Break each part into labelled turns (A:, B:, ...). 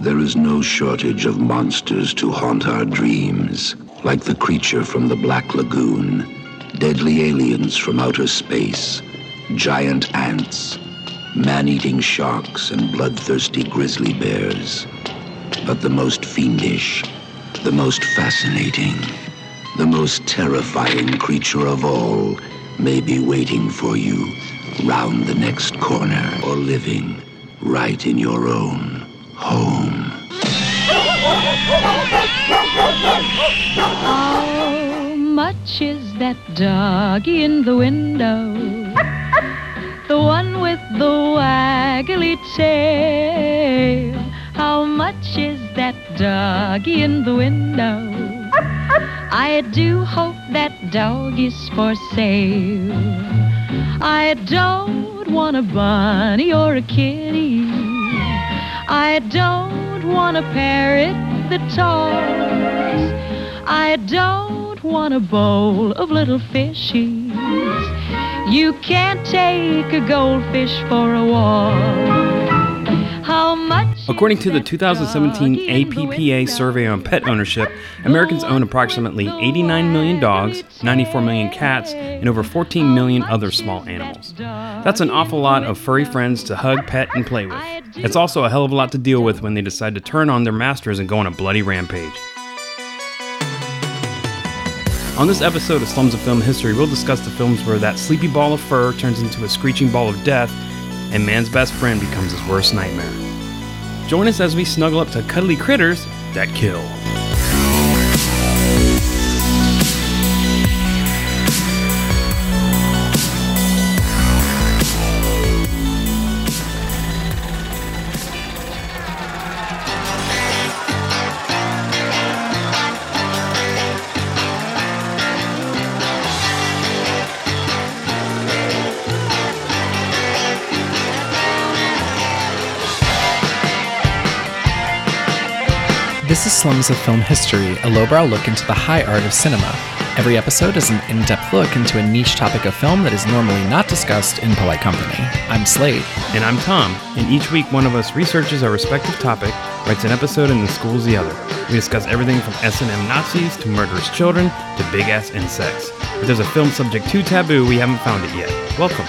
A: There is no shortage of monsters to haunt our dreams, like the creature from the Black Lagoon, deadly aliens from outer space, giant ants, man eating sharks, and bloodthirsty grizzly bears. But the most fiendish, the most fascinating, the most terrifying creature of all may be waiting for you round the next corner or living right in your own home.
B: How much is that dog in the window? The one with the waggly tail. How much is that dog in the window? I do hope that dog is for sale. I don't want a bunny or a kitty. I don't want a parrot that talks. I don't want a bowl of little fishies. You can't take a goldfish for a walk. How much?
C: According to the 2017 APPA survey on pet ownership, Americans own approximately 89 million dogs, 94 million cats, and over 14 million other small animals. That's an awful lot of furry friends to hug, pet, and play with. It's also a hell of a lot to deal with when they decide to turn on their masters and go on a bloody rampage. On this episode of Slums of Film History, we'll discuss the films where that sleepy ball of fur turns into a screeching ball of death and man's best friend becomes his worst nightmare. Join us as we snuggle up to cuddly critters that kill.
D: This is Slums of Film History, a lowbrow look into the high art of cinema. Every episode is an in depth look into a niche topic of film that is normally not discussed in polite company. I'm Slade.
C: And I'm Tom, and each week one of us researches our respective topic, writes an episode, and then schools the other. We discuss everything from S&M Nazis to murderous children to big ass insects. If there's a film subject to taboo, we haven't found it yet. Welcome.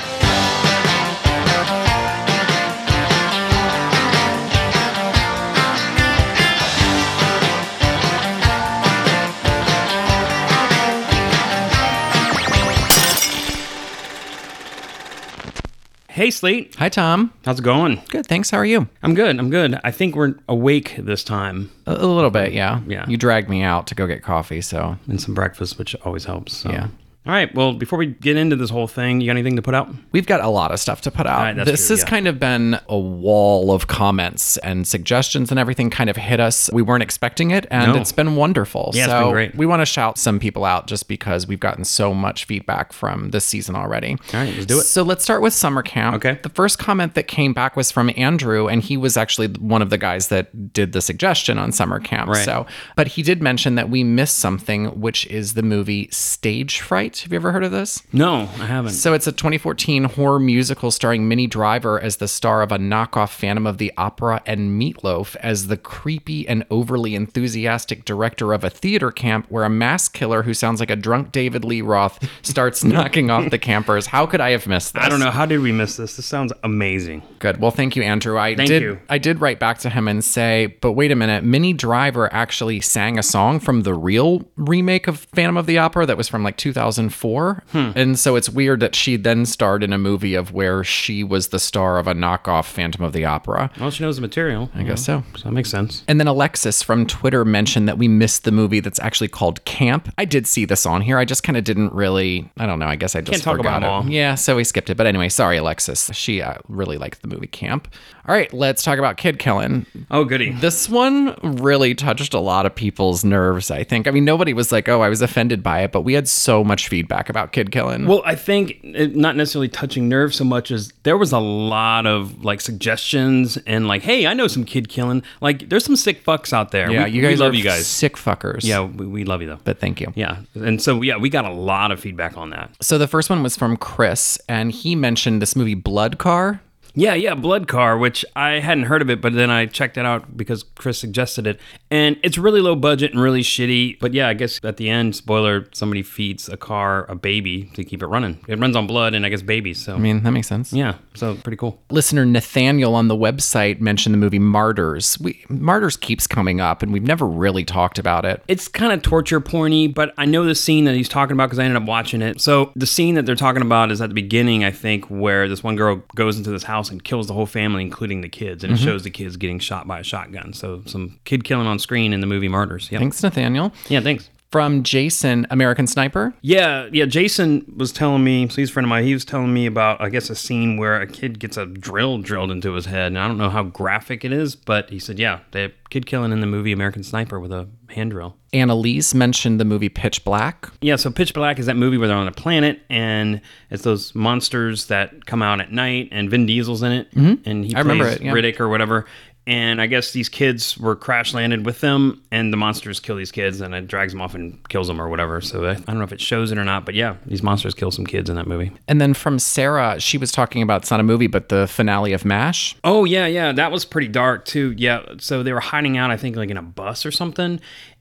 C: Hey, Slate.
D: Hi, Tom.
C: How's it going?
D: Good, thanks. How are you?
C: I'm good. I'm good. I think we're awake this time
D: A, a little bit, yeah.
C: Yeah.
D: You dragged me out to go get coffee, so.
C: and some breakfast, which always helps. so.
D: Yeah.
C: All right. Well, before we get into this whole thing, you got anything to put out?
D: We've got a lot of stuff to put out.
C: right, that's
D: this
C: true,
D: has
C: yeah.
D: kind of been a wall of comments and suggestions and everything kind of hit us. We weren't expecting it and
C: No.
D: it's been wonderful.
C: Yeah,
D: so
C: it's been great.
D: we want to shout some people out just because we've gotten so much feedback from this season already.
C: All right, let's do it.
D: So let's start with summer camp.
C: Okay.
D: The first comment that came back was from Andrew, and he was actually one of the guys that did the suggestion on summer camp.
C: Right.
D: So, but he did mention that we missed something, which is the movie Stage Fright. Have you ever heard of this?
C: No, I haven't.
D: So it's a 2014 horror musical starring Minnie Driver as the star of a knockoff Phantom of the Opera and Meatloaf as the creepy and overly enthusiastic director of a theater camp where a mass killer who sounds like a drunk David Lee Roth starts knocking off the campers. How could I have missed this?
C: I don't know. How did we miss this? This sounds amazing.
D: Good. Well, thank you, Andrew. I
C: Thank
D: did.
C: you.
D: I did write back to him and say, but wait a minute, Minnie Driver actually sang a song from the real remake of Phantom of the Opera that was from like 2004,
C: Hmm.
D: and so it's weird that she then starred in a movie of where she was the star of a knockoff Phantom of the Opera.
C: Well, she knows the material.
D: I guess so.
C: So that makes sense.
D: And then Alexis from Twitter mentioned that we missed the movie that's actually called Camp. I did see this on here. I just kind of didn't really. I don't know. I guess I just
C: Can't talk
D: forgot
C: about 'em
D: it.
C: all.
D: Yeah, so we skipped it. But anyway, sorry, Alexis. She uh, really liked the movie Camp. All right, let's talk about Kid Kellen.
C: Oh, goody.
D: This one really touched a lot of people's nerves. I think. I mean, nobody was like, "Oh, I was offended by it," but we had so much feedback about Kid Kellen.
C: Well, I think it, not necessarily touching nerves so much as there was a lot of like suggestions and like, hey, I know some kid killing. Like, there's some sick fucks out there.
D: yeah,
C: we,
D: you guys
C: we love
D: are
C: you guys.
D: sick fuckers.
C: Yeah, we, we love you though.
D: but thank you.
C: yeah, and so yeah, we got a lot of feedback on that.
D: So the first one was from Chris, and he mentioned this movie Blood Car.
C: Yeah, yeah, Blood Car, which I hadn't heard of it, but then I checked it out because Chris suggested it. And it's really low budget and really shitty. But yeah, I guess at the end, spoiler, somebody feeds a car a baby to keep it running. It runs on blood and I guess babies. So,
D: I mean, that makes sense.
C: yeah, so pretty cool.
D: Listener Nathaniel on the website mentioned the movie Martyrs. We Martyrs keeps coming up, and we've never really talked about it.
C: It's kind of torture porny, but I know the scene that he's talking about because I ended up watching it. So the scene that they're talking about is at the beginning, I think, where this one girl goes into this house and kills the whole family, including the kids, and it
D: Mm-hmm.
C: shows the kids getting shot by a shotgun. So some kid killing on screen in the movie Martyrs. Yeah,
D: Thanks, Nathaniel.
C: yeah, thanks.
D: From Jason, American Sniper.
C: Yeah, yeah. Jason was telling me, so he's a friend of mine. He was telling me about, I guess, a scene where a kid gets a drill drilled into his head, and I don't know how graphic it is, but he said, yeah, the kid killing in the movie American Sniper with a hand drill.
D: Annalise mentioned the movie Pitch Black.
C: Yeah, so Pitch Black is that movie where they're on a planet and it's those monsters that come out at night and Vin Diesel's in it and he
D: Mm-hmm. I
C: plays
D: remember it, yeah.
C: Riddick or whatever. And I guess these kids were crash landed with them and the monsters kill these kids and it drags them off and kills them or whatever. So I, I don't know if it shows it or not, but yeah, these monsters kill some kids in that movie.
D: And then from Sarah, she was talking about it's not a movie, but the finale of MASH.
C: Oh yeah, yeah, that was pretty dark too. Yeah, so they were hiding out, I think, like in a bus or something,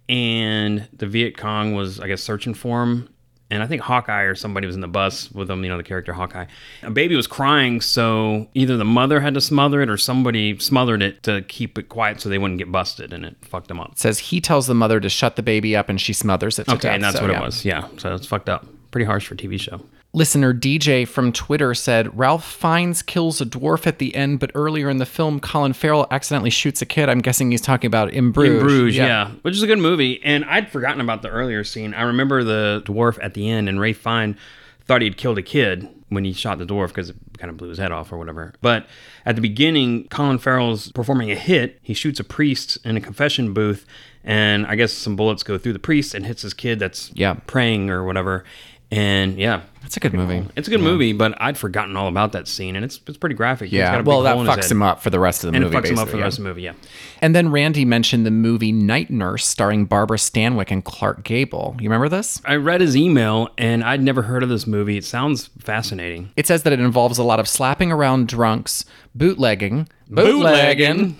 C: and the Viet Cong was, I guess, searching for him. And I think Hawkeye or somebody was in the bus with them. You know, the character Hawkeye. A baby was crying, so either the mother had to smother it or somebody smothered it to keep it quiet so they wouldn't get busted, and it fucked them up.
D: Says he tells the mother to shut the baby up and she smothers it to
C: Okay,
D: death.
C: and that's
D: So,
C: what
D: yeah.
C: it was. Yeah, so it's fucked up. Pretty harsh for a TV show.
D: Listener DJ from Twitter said Ralph Fiennes kills a dwarf at the end, but earlier in the film, Colin Farrell accidentally shoots a kid. I'm guessing he's talking about In Bruges.
C: In Bruges, yeah. which is a good movie. And I'd forgotten about the earlier scene. I remember the dwarf at the end, and Ray Fine thought he'd killed a kid when he shot the dwarf because it kind of blew his head off or whatever. But at the beginning, Colin Farrell's performing a hit. He shoots a priest in a confession booth, and I guess some bullets go through the priest and hits his kid that's
D: Yeah.
C: praying or whatever. And yeah,
D: That's a good movie.
C: it's a good movie, but I'd forgotten all about that scene, and it's it's pretty graphic. He's got
D: Yeah.
C: a big
D: Well, that
C: hole in his
D: fucks
C: head.
D: him up for the rest of the
C: And it
D: movie.
C: fucks him up for
D: basically,
C: the
D: yeah.
C: rest of the movie, yeah.
D: And then Randy mentioned the movie Night Nurse starring Barbara Stanwyck and Clark Gable. You remember this?
C: I read his email and I'd never heard of this movie. It sounds fascinating.
D: It says that it involves a lot of slapping around drunks, bootlegging,
C: Bootlegging.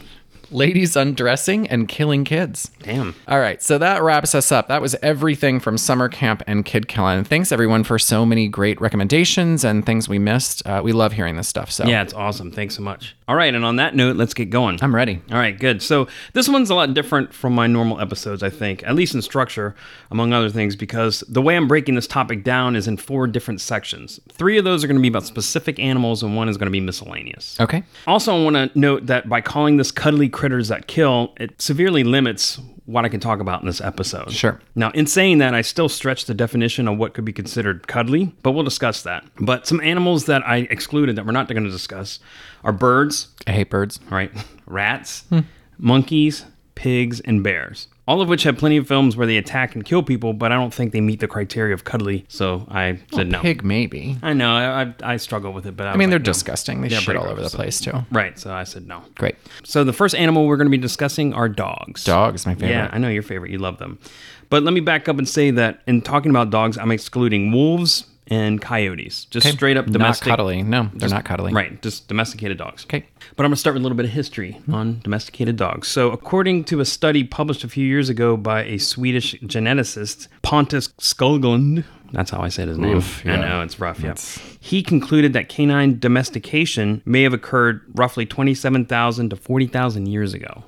D: ladies undressing, and killing kids.
C: Damn.
D: All right, so that wraps us up. That was everything from summer camp and kid killing. Thanks everyone for so many great recommendations and things we missed. Uh, we love hearing this stuff. So
C: Yeah, it's awesome. Thanks so much. All right, and on that note, let's get going.
D: I'm ready.
C: All right, good. So this one's a lot different from my normal episodes, I think, at least in structure, among other things, because the way I'm breaking this topic down is in four different sections. Three of those are going to be about specific animals, and one is going to be miscellaneous.
D: Okay.
C: Also, I want to note that by calling this cuddly critters that kill, it severely limits what I can talk about in this episode.
D: Sure.
C: Now, in saying that, I still stretch the definition of what could be considered cuddly, but we'll discuss that. But some animals that I excluded that we're not going to discuss are birds,
D: I hate birds.
C: all right, rats,
D: Hmm.
C: monkeys, pigs, and bears. All of which have plenty of films where they attack and kill people, but I don't think they meet the criteria of cuddly, so I said no.
D: Pig maybe.
C: I know, I, I, I struggle with it, but I,
D: I mean, they're
C: disgusting.
D: disgusting. They
C: Yeah,
D: shit
C: pretty
D: all over the
C: gross.
D: place too.
C: Right, so I said no.
D: Great.
C: So the first animal we're going to be discussing are dogs.
D: Dogs, my favorite.
C: Yeah, I know your favorite. You love them. But let me back up and say that in talking about dogs, I'm excluding wolves and coyotes. Just straight up domestic.
D: Not cuddly. No, they're not cuddly.
C: Right, just domesticated dogs.
D: Okay.
C: But I'm going to start with a little bit of history on domesticated dogs. So, according to a study published a few years ago by a Swedish geneticist, Pontus Skoglund, that's how I said his name.
D: Oof,
C: I
D: yeah.
C: know, it's rough. Yeah. He concluded that canine domestication may have occurred roughly 27,000 to 40,000 years ago.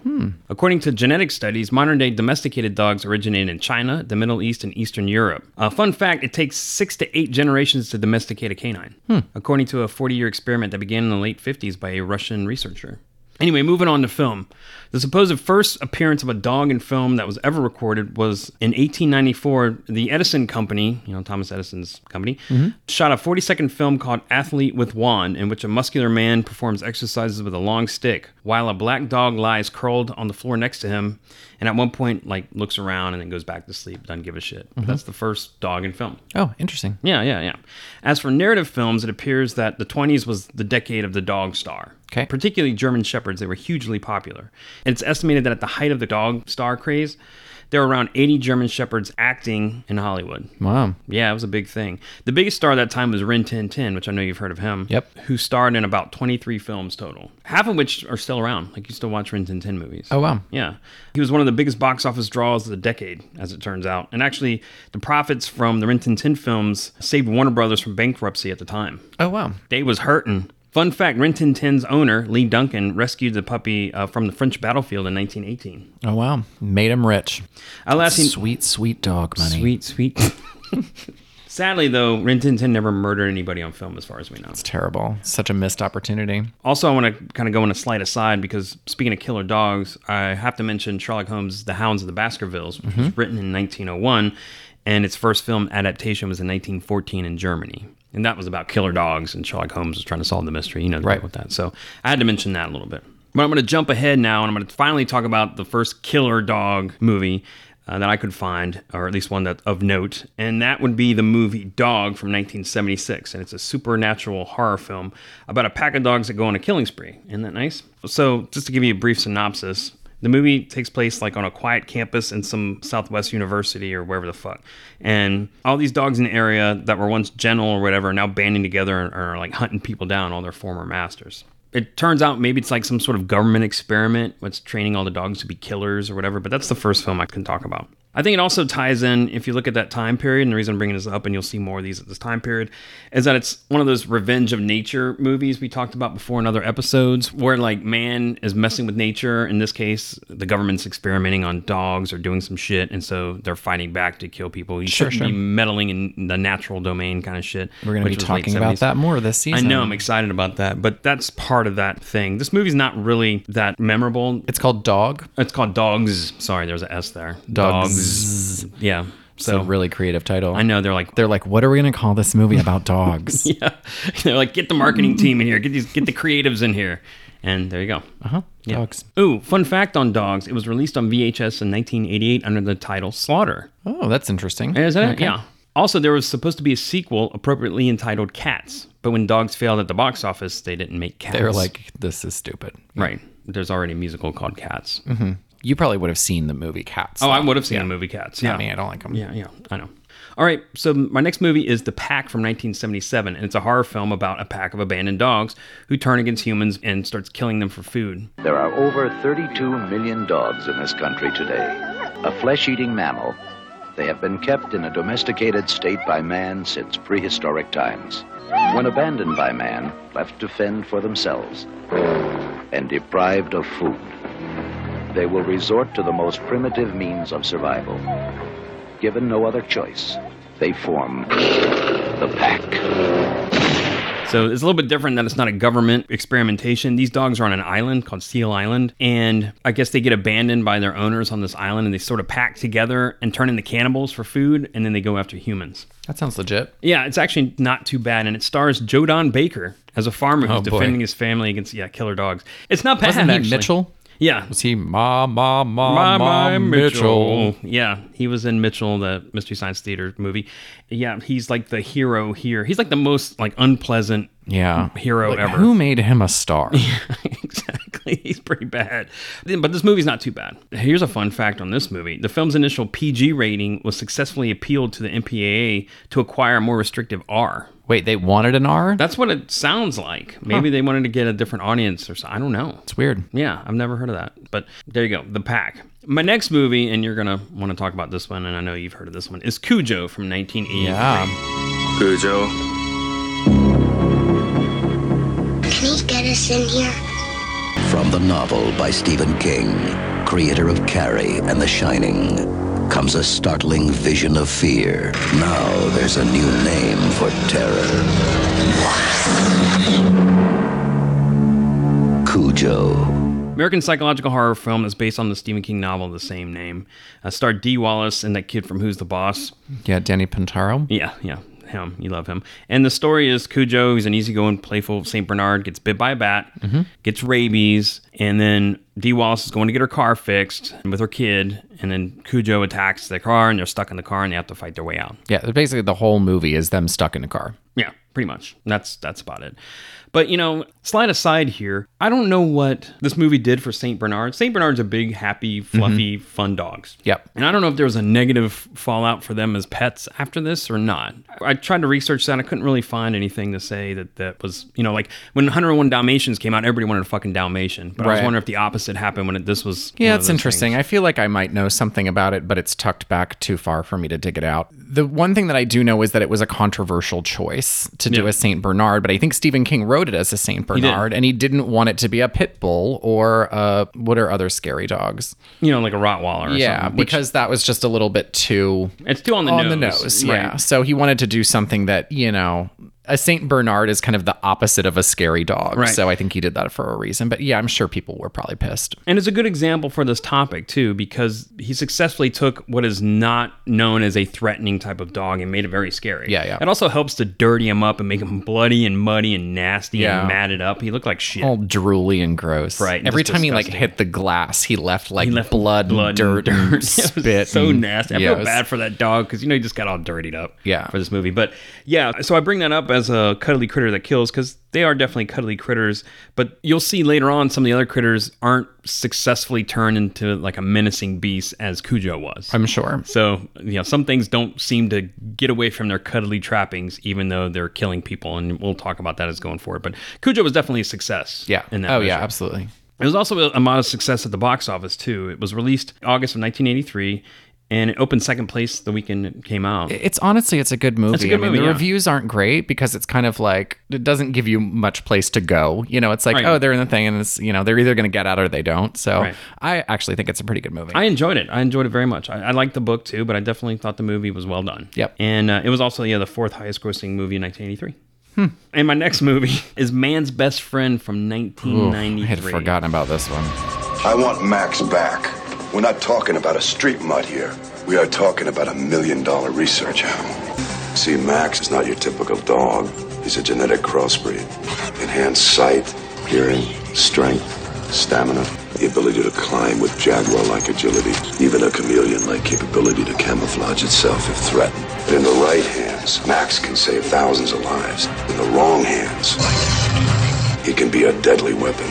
C: According to genetic studies, modern day domesticated dogs originated in China, the Middle East, and Eastern Europe. A fun fact it takes six to eight generations to domesticate a canine, according to a 40 year experiment that began in the late 50s by a Russian researcher. Anyway, moving on to film. The supposed first appearance of a dog in film that was ever recorded was in 1894. The Edison Company, you know, Thomas Edison's company, shot a 40 second film called Athlete with Wand, in which a muscular man performs exercises with a long stick while a black dog lies curled on the floor next to him and at one point, like, looks around and then goes back to sleep, doesn't give a shit. But That's the first dog in film.
D: Oh, interesting.
C: Yeah, yeah, yeah. As for narrative films, it appears that the 20s was the decade of the dog star.
D: Okay.
C: Particularly German Shepherds, they were hugely popular. And it's estimated that at the height of the dog star craze, there were around 80 German Shepherds acting in Hollywood.
D: Wow.
C: Yeah, it was a big thing. The biggest star at that time was Rin Tin Tin, which I know you've heard of him.
D: Yep.
C: Who starred in about 23 films total, half of which are still around. Like you still watch Rin Tin Tin movies.
D: Oh, wow.
C: Yeah. He was one of the biggest box office draws of the decade, as it turns out. And actually, the profits from the Rin Tin Tin films saved Warner Brothers from bankruptcy at the time.
D: Oh, wow.
C: They was hurting. Fun fact, Rin Tin Tin's owner, Lee Duncan, rescued the puppy uh, from the French battlefield in 1918.
D: Oh, wow. Made him rich.
C: I last seen...
D: Sweet, sweet dog money.
C: Sweet, sweet. Sadly, though, Rin Tin Tin never murdered anybody on film, as far as we know.
D: Terrible. Such a missed opportunity.
C: Also, I want to kind of go on a slight aside because speaking of killer dogs, I have to mention Sherlock Holmes' The Hounds of the Baskervilles, which was written in 1901, and its first film adaptation was in 1914 in Germany. And that was about killer dogs, and Sherlock Holmes was trying to solve the mystery, you know,
D: Right.
C: with that. So I had to mention that a little bit. But I'm going to jump ahead now, and I'm going to finally talk about the first killer dog movie. uh, that I could find, or at least one that of note, and that would be the movie Dog from 1976, and it's a supernatural horror film about a pack of dogs that go on a killing spree. Isn't that nice? So, just to give you a brief synopsis, the movie takes place like on a quiet campus in some Southwest university or wherever the fuck. And all these dogs in the area that were once gentle or whatever are now banding together and are like hunting people down, all their former masters. It turns out maybe it's like some sort of government experiment what's training all the dogs to be killers or whatever, but that's the first film I can talk about. I think it also ties in, if you look at that time period, and the reason I'm bringing this up, and you'll see more of these at this time period, is that it's one of those revenge of nature movies we talked about before in other episodes, where like man is messing with nature. In this case, the government's experimenting on dogs or doing some shit, and so they're fighting back to kill people. You shouldn't
D: sure.
C: be meddling in the natural domain kind of shit.
D: We're going to
C: which
D: be
C: was late
D: talking about
C: 70s.
D: that more this
C: I
D: season.
C: know I'm excited about that, but that's part of that thing. This movie's not really that memorable.
D: It's called Dog.
C: It's called Dogs. Sorry, there was an S there.
D: Dogs.
C: Dogs. Yeah.
D: It's a
C: So
D: really creative title.
C: I know they're like
D: They're like, what are we going to call this movie about dogs?
C: yeah. They're like get the marketing team in here, get these get the creatives in here. And there you go.
D: Huh?
C: Yeah.
D: Dogs.
C: Ooh, fun fact on Dogs. It was released on VHS in 1988 under the title Slaughter.
D: Oh, that's interesting.
C: Is that it? Yeah. Also, there was supposed to be a sequel appropriately entitled Cats, but when Dogs failed at the box office, they didn't make Cats.
D: They were like, this is stupid.
C: right. There's already a musical called Cats.
D: Mm-hmm. You probably would have seen the movie Cats.
C: Oh, I would have seen the movie Cats. Yeah.
D: I mean, I don't like them.
C: Yeah, yeah, I know. All right, so my next movie is The Pack from 1977, and it's a horror film about a pack of abandoned dogs who turn against humans and starts killing them for food.
E: There are over 32 million dogs in this country today. A flesh eating mammal, they have been kept in a domesticated state by man since prehistoric times. When abandoned by man, left to fend for themselves, and deprived of food, they will resort to the most primitive means of survival. Given no other choice, they form the pack.
C: So it's a little bit different that it's not a government experimentation. These dogs are on an island called Seal Island, and I guess they get abandoned by their owners on this island, and they sort of pack together and turn into cannibals for food, and then they go after humans.
D: That sounds legit.
C: Yeah, it's actually not too bad, and it stars Jodan Baker as a farmer who's
D: Oh, boy.
C: defending his family against yeah killer dogs. It's not bad.
D: Wasn't he
C: actually.
D: Mitchell?
C: Yeah.
D: Was he Ma Ma Ma Ma, Mitchell?
C: Yeah, he was in Mitchell, the Mystery Science Theater movie. Yeah, he's like the hero here. He's like the most like unpleasant
D: Yeah.
C: hero
D: Like,
C: ever.
D: Who made him a star?
C: exactly. He's pretty bad. But this movie's not too bad. Here's a fun fact on this movie. The film's initial PG rating was successfully appealed to the MPAA to acquire a more restrictive R.
D: Wait, they wanted an R?
C: That's what it sounds like. Maybe they wanted to get a different audience or so. I don't know.
D: That's weird.
C: Yeah, I've never heard of that. But there you go, The Pack. My next movie, and you're going to want to talk about this one, and I know you've heard of this one, is Cujo from 1983.
D: Yeah.
F: Cujo.
G: Can he get us in here?
E: From the novel by Stephen King, creator of Carrie and The Shining, comes a startling vision of fear. Now there's a new name for terror Cujo.
C: American psychological horror film that's based on the Stephen King novel of the same name. Uh, starred D. Wallace and that kid from Who's the Boss.
D: Yeah, Danny Pintaro.
C: Yeah, yeah, him. You love him. And the story is Cujo, who's an easygoing, playful St. Bernard, gets bit by a bat, gets rabies, and then Dee Wallace is going to get her car fixed with her kid, and then Cujo attacks the car, and they're stuck in the car, and they have to fight their way out.
D: Yeah, basically the whole movie is them stuck in a car.
C: Yeah, pretty much. That's that's about it. But you know, slide aside here. I don't know what this movie did for Saint Bernard. Saint Bernard's a big, happy, fluffy, fun dogs.
D: Mm-hmm. Yep.
C: And I don't know if there was a negative fallout for them as pets after this or not. I tried to research that. I couldn't really find anything to say that that was, you know, like when 101 Dalmatians came out, everybody wanted a fucking Dalmatian. But I was
D: Right.
C: wondering if the opposite happened when it, this was. one
D: Yeah,
C: of
D: it's
C: those
D: interesting.
C: things.
D: I feel like I might know something about it, but it's tucked back too far for me to dig it out. The one thing that I do know is that it was a controversial choice to do
C: Yeah.
D: a Saint Bernard, but I think Stephen King wrote it as a Saint Bernard, and he didn't want it to be a pit bull or a, what are other scary dogs?
C: You know, like a Rottweiler. Or
D: yeah,
C: something, which-
D: because that was just a little bit too
C: it's still on the
D: on
C: nose.
D: the nose.
C: right.
D: Yeah, so he wanted to do something that you know. A Saint Bernard is kind of the opposite of a scary dog,
C: Right.
D: so I think he did that for a reason. But yeah, I'm sure people were probably pissed.
C: And it's a good example for this topic too, because he successfully took what is not known as a threatening type of dog and made it very scary.
D: Yeah, yeah.
C: It also helps to dirty him up and make him bloody and muddy and nasty
D: Yeah. Oh,
C: and matted up. He looked like shit.
D: all drooly and gross.
C: Right,
D: Every
C: just
D: time he like
C: disgusting.
D: hit the glass, he left like
C: left
D: blood,
C: blood
D: and dirt,
C: and
D: and
C: dirt.
D: spit.
C: It was so
D: and-
C: nasty. I
D: Yeah, it
C: feel
D: was-
C: bad for that dog because you know he just got all dirtied up.
D: Yeah.
C: For this movie, but yeah, so I bring that up as a cuddly critter that kills because they are definitely cuddly critters. But you'll see later on some of the other critters aren't successfully turned into like a menacing beast as Cujo was.
D: I'm sure.
C: so you know some things don't seem to get away from their cuddly trappings, even though they're killing people, and we'll talk about that as going forward. But Cujo was definitely a success.
D: Yeah.
C: In that
D: oh
C: measure.
D: yeah, absolutely.
C: It was also a modest success at the box office too. It was released August of 1983, and it opened second place the weekend it came out.
D: It's honestly, it's a good movie.
C: good
D: I mean,
C: movie,
D: the
C: yeah.
D: reviews aren't great because it's kind of like it doesn't give you much place to go. You know, it's like
C: Right.
D: oh, they're in the thing, and it's you know they're either going to get out or they don't. So
C: Right.
D: I actually think it's a pretty good movie.
C: I enjoyed it. I enjoyed it very much. I, I liked the book too, but I definitely thought the movie was well done.
D: Yep.
C: And uh, it was also yeah the fourth highest grossing movie in 1983. And my next movie is Man's Best Friend from
D: Hmm. Oof,
C: 1993.
D: I had forgotten about this one.
F: I want Max back. We're not talking about a street mud here. We are talking about a million dollar research animal. See, Max is not your typical dog. He's a genetic crossbreed. Enhanced sight, hearing, strength, stamina, the ability to climb with jaguar like agility, even a chameleon like capability to camouflage itself if threatened. But in the right hands, Max can save thousands of lives. In the wrong hands, he can be a deadly weapon.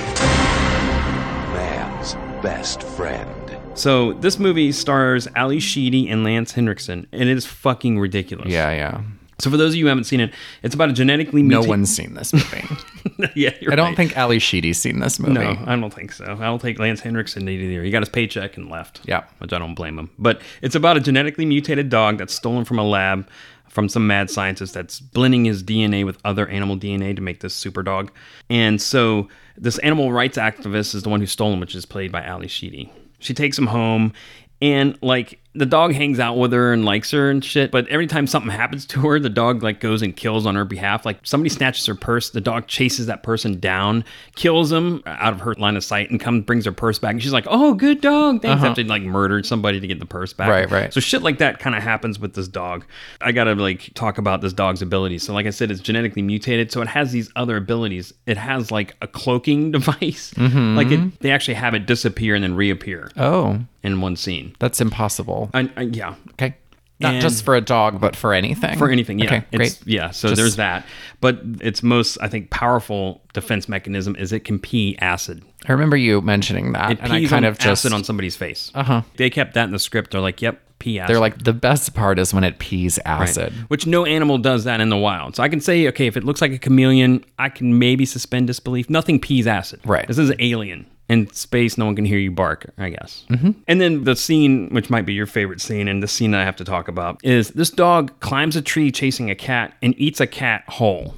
E: Man's best friend.
C: So this movie stars Ali Sheedy and Lance Hendrickson, and it is fucking ridiculous.
D: Yeah, yeah.
C: So for those of you who haven't seen it, it's about a genetically
D: No
C: mutated.
D: one's seen this movie.
C: yeah, you're
D: I don't
C: right.
D: think Ali Sheedy's seen this movie.
C: No, I don't think so. I don't think Lance Henriksen did either. He got his paycheck and left.
D: Yeah.
C: Which I don't blame him. But it's about a genetically mutated dog that's stolen from a lab from some mad scientist that's blending his DNA with other animal DNA to make this super dog. And so this animal rights activist is the one who stole him, which is played by Ali Sheedy. She takes him home and like the dog hangs out with her and likes her and shit but every time something happens to her the dog like goes and kills on her behalf like somebody snatches her purse the dog chases that person down kills him out of her line of sight and comes brings her purse back and she's like oh good dog thanks after like murdered somebody to get the purse back
D: Uh-huh. Right, right.
C: so shit like that kind of happens with this dog i gotta like talk about this dog's abilities so like i said it's genetically mutated so it has these other abilities it has like a cloaking device like
D: Mm-hmm.
C: it, they actually have it disappear and then reappear
D: Oh,
C: in one scene
D: that's impossible.
C: I, I, yeah,
D: Okay. Not
C: And-
D: just for a dog, but for anything.
C: for anything. Yeah,
D: Okay,
C: It's-
D: great.
C: Yeah, so
D: Just-
C: there's that. But its most, I think, powerful defense mechanism is it can pee acid.
D: I remember you mentioning that,
C: It
D: and I
C: pees
D: kind
C: on
D: of just.
C: acid on somebody's face.
D: uh huh.
C: They kept that in the script. They're like, "Yep, pee acid."
D: They're like the best part is when it pees
C: Right.
D: acid.
C: Which no animal does that in the wild. So I can say, okay, if it looks like a chameleon, I can maybe suspend disbelief. Nothing pees acid.
D: Right.
C: This is alien. In space, no one can hear you bark, I guess. Mm-hmm. And then the scene, which might be your favorite scene, and the scene that I have to talk about, is this dog climbs a tree chasing a cat and eats a cat whole.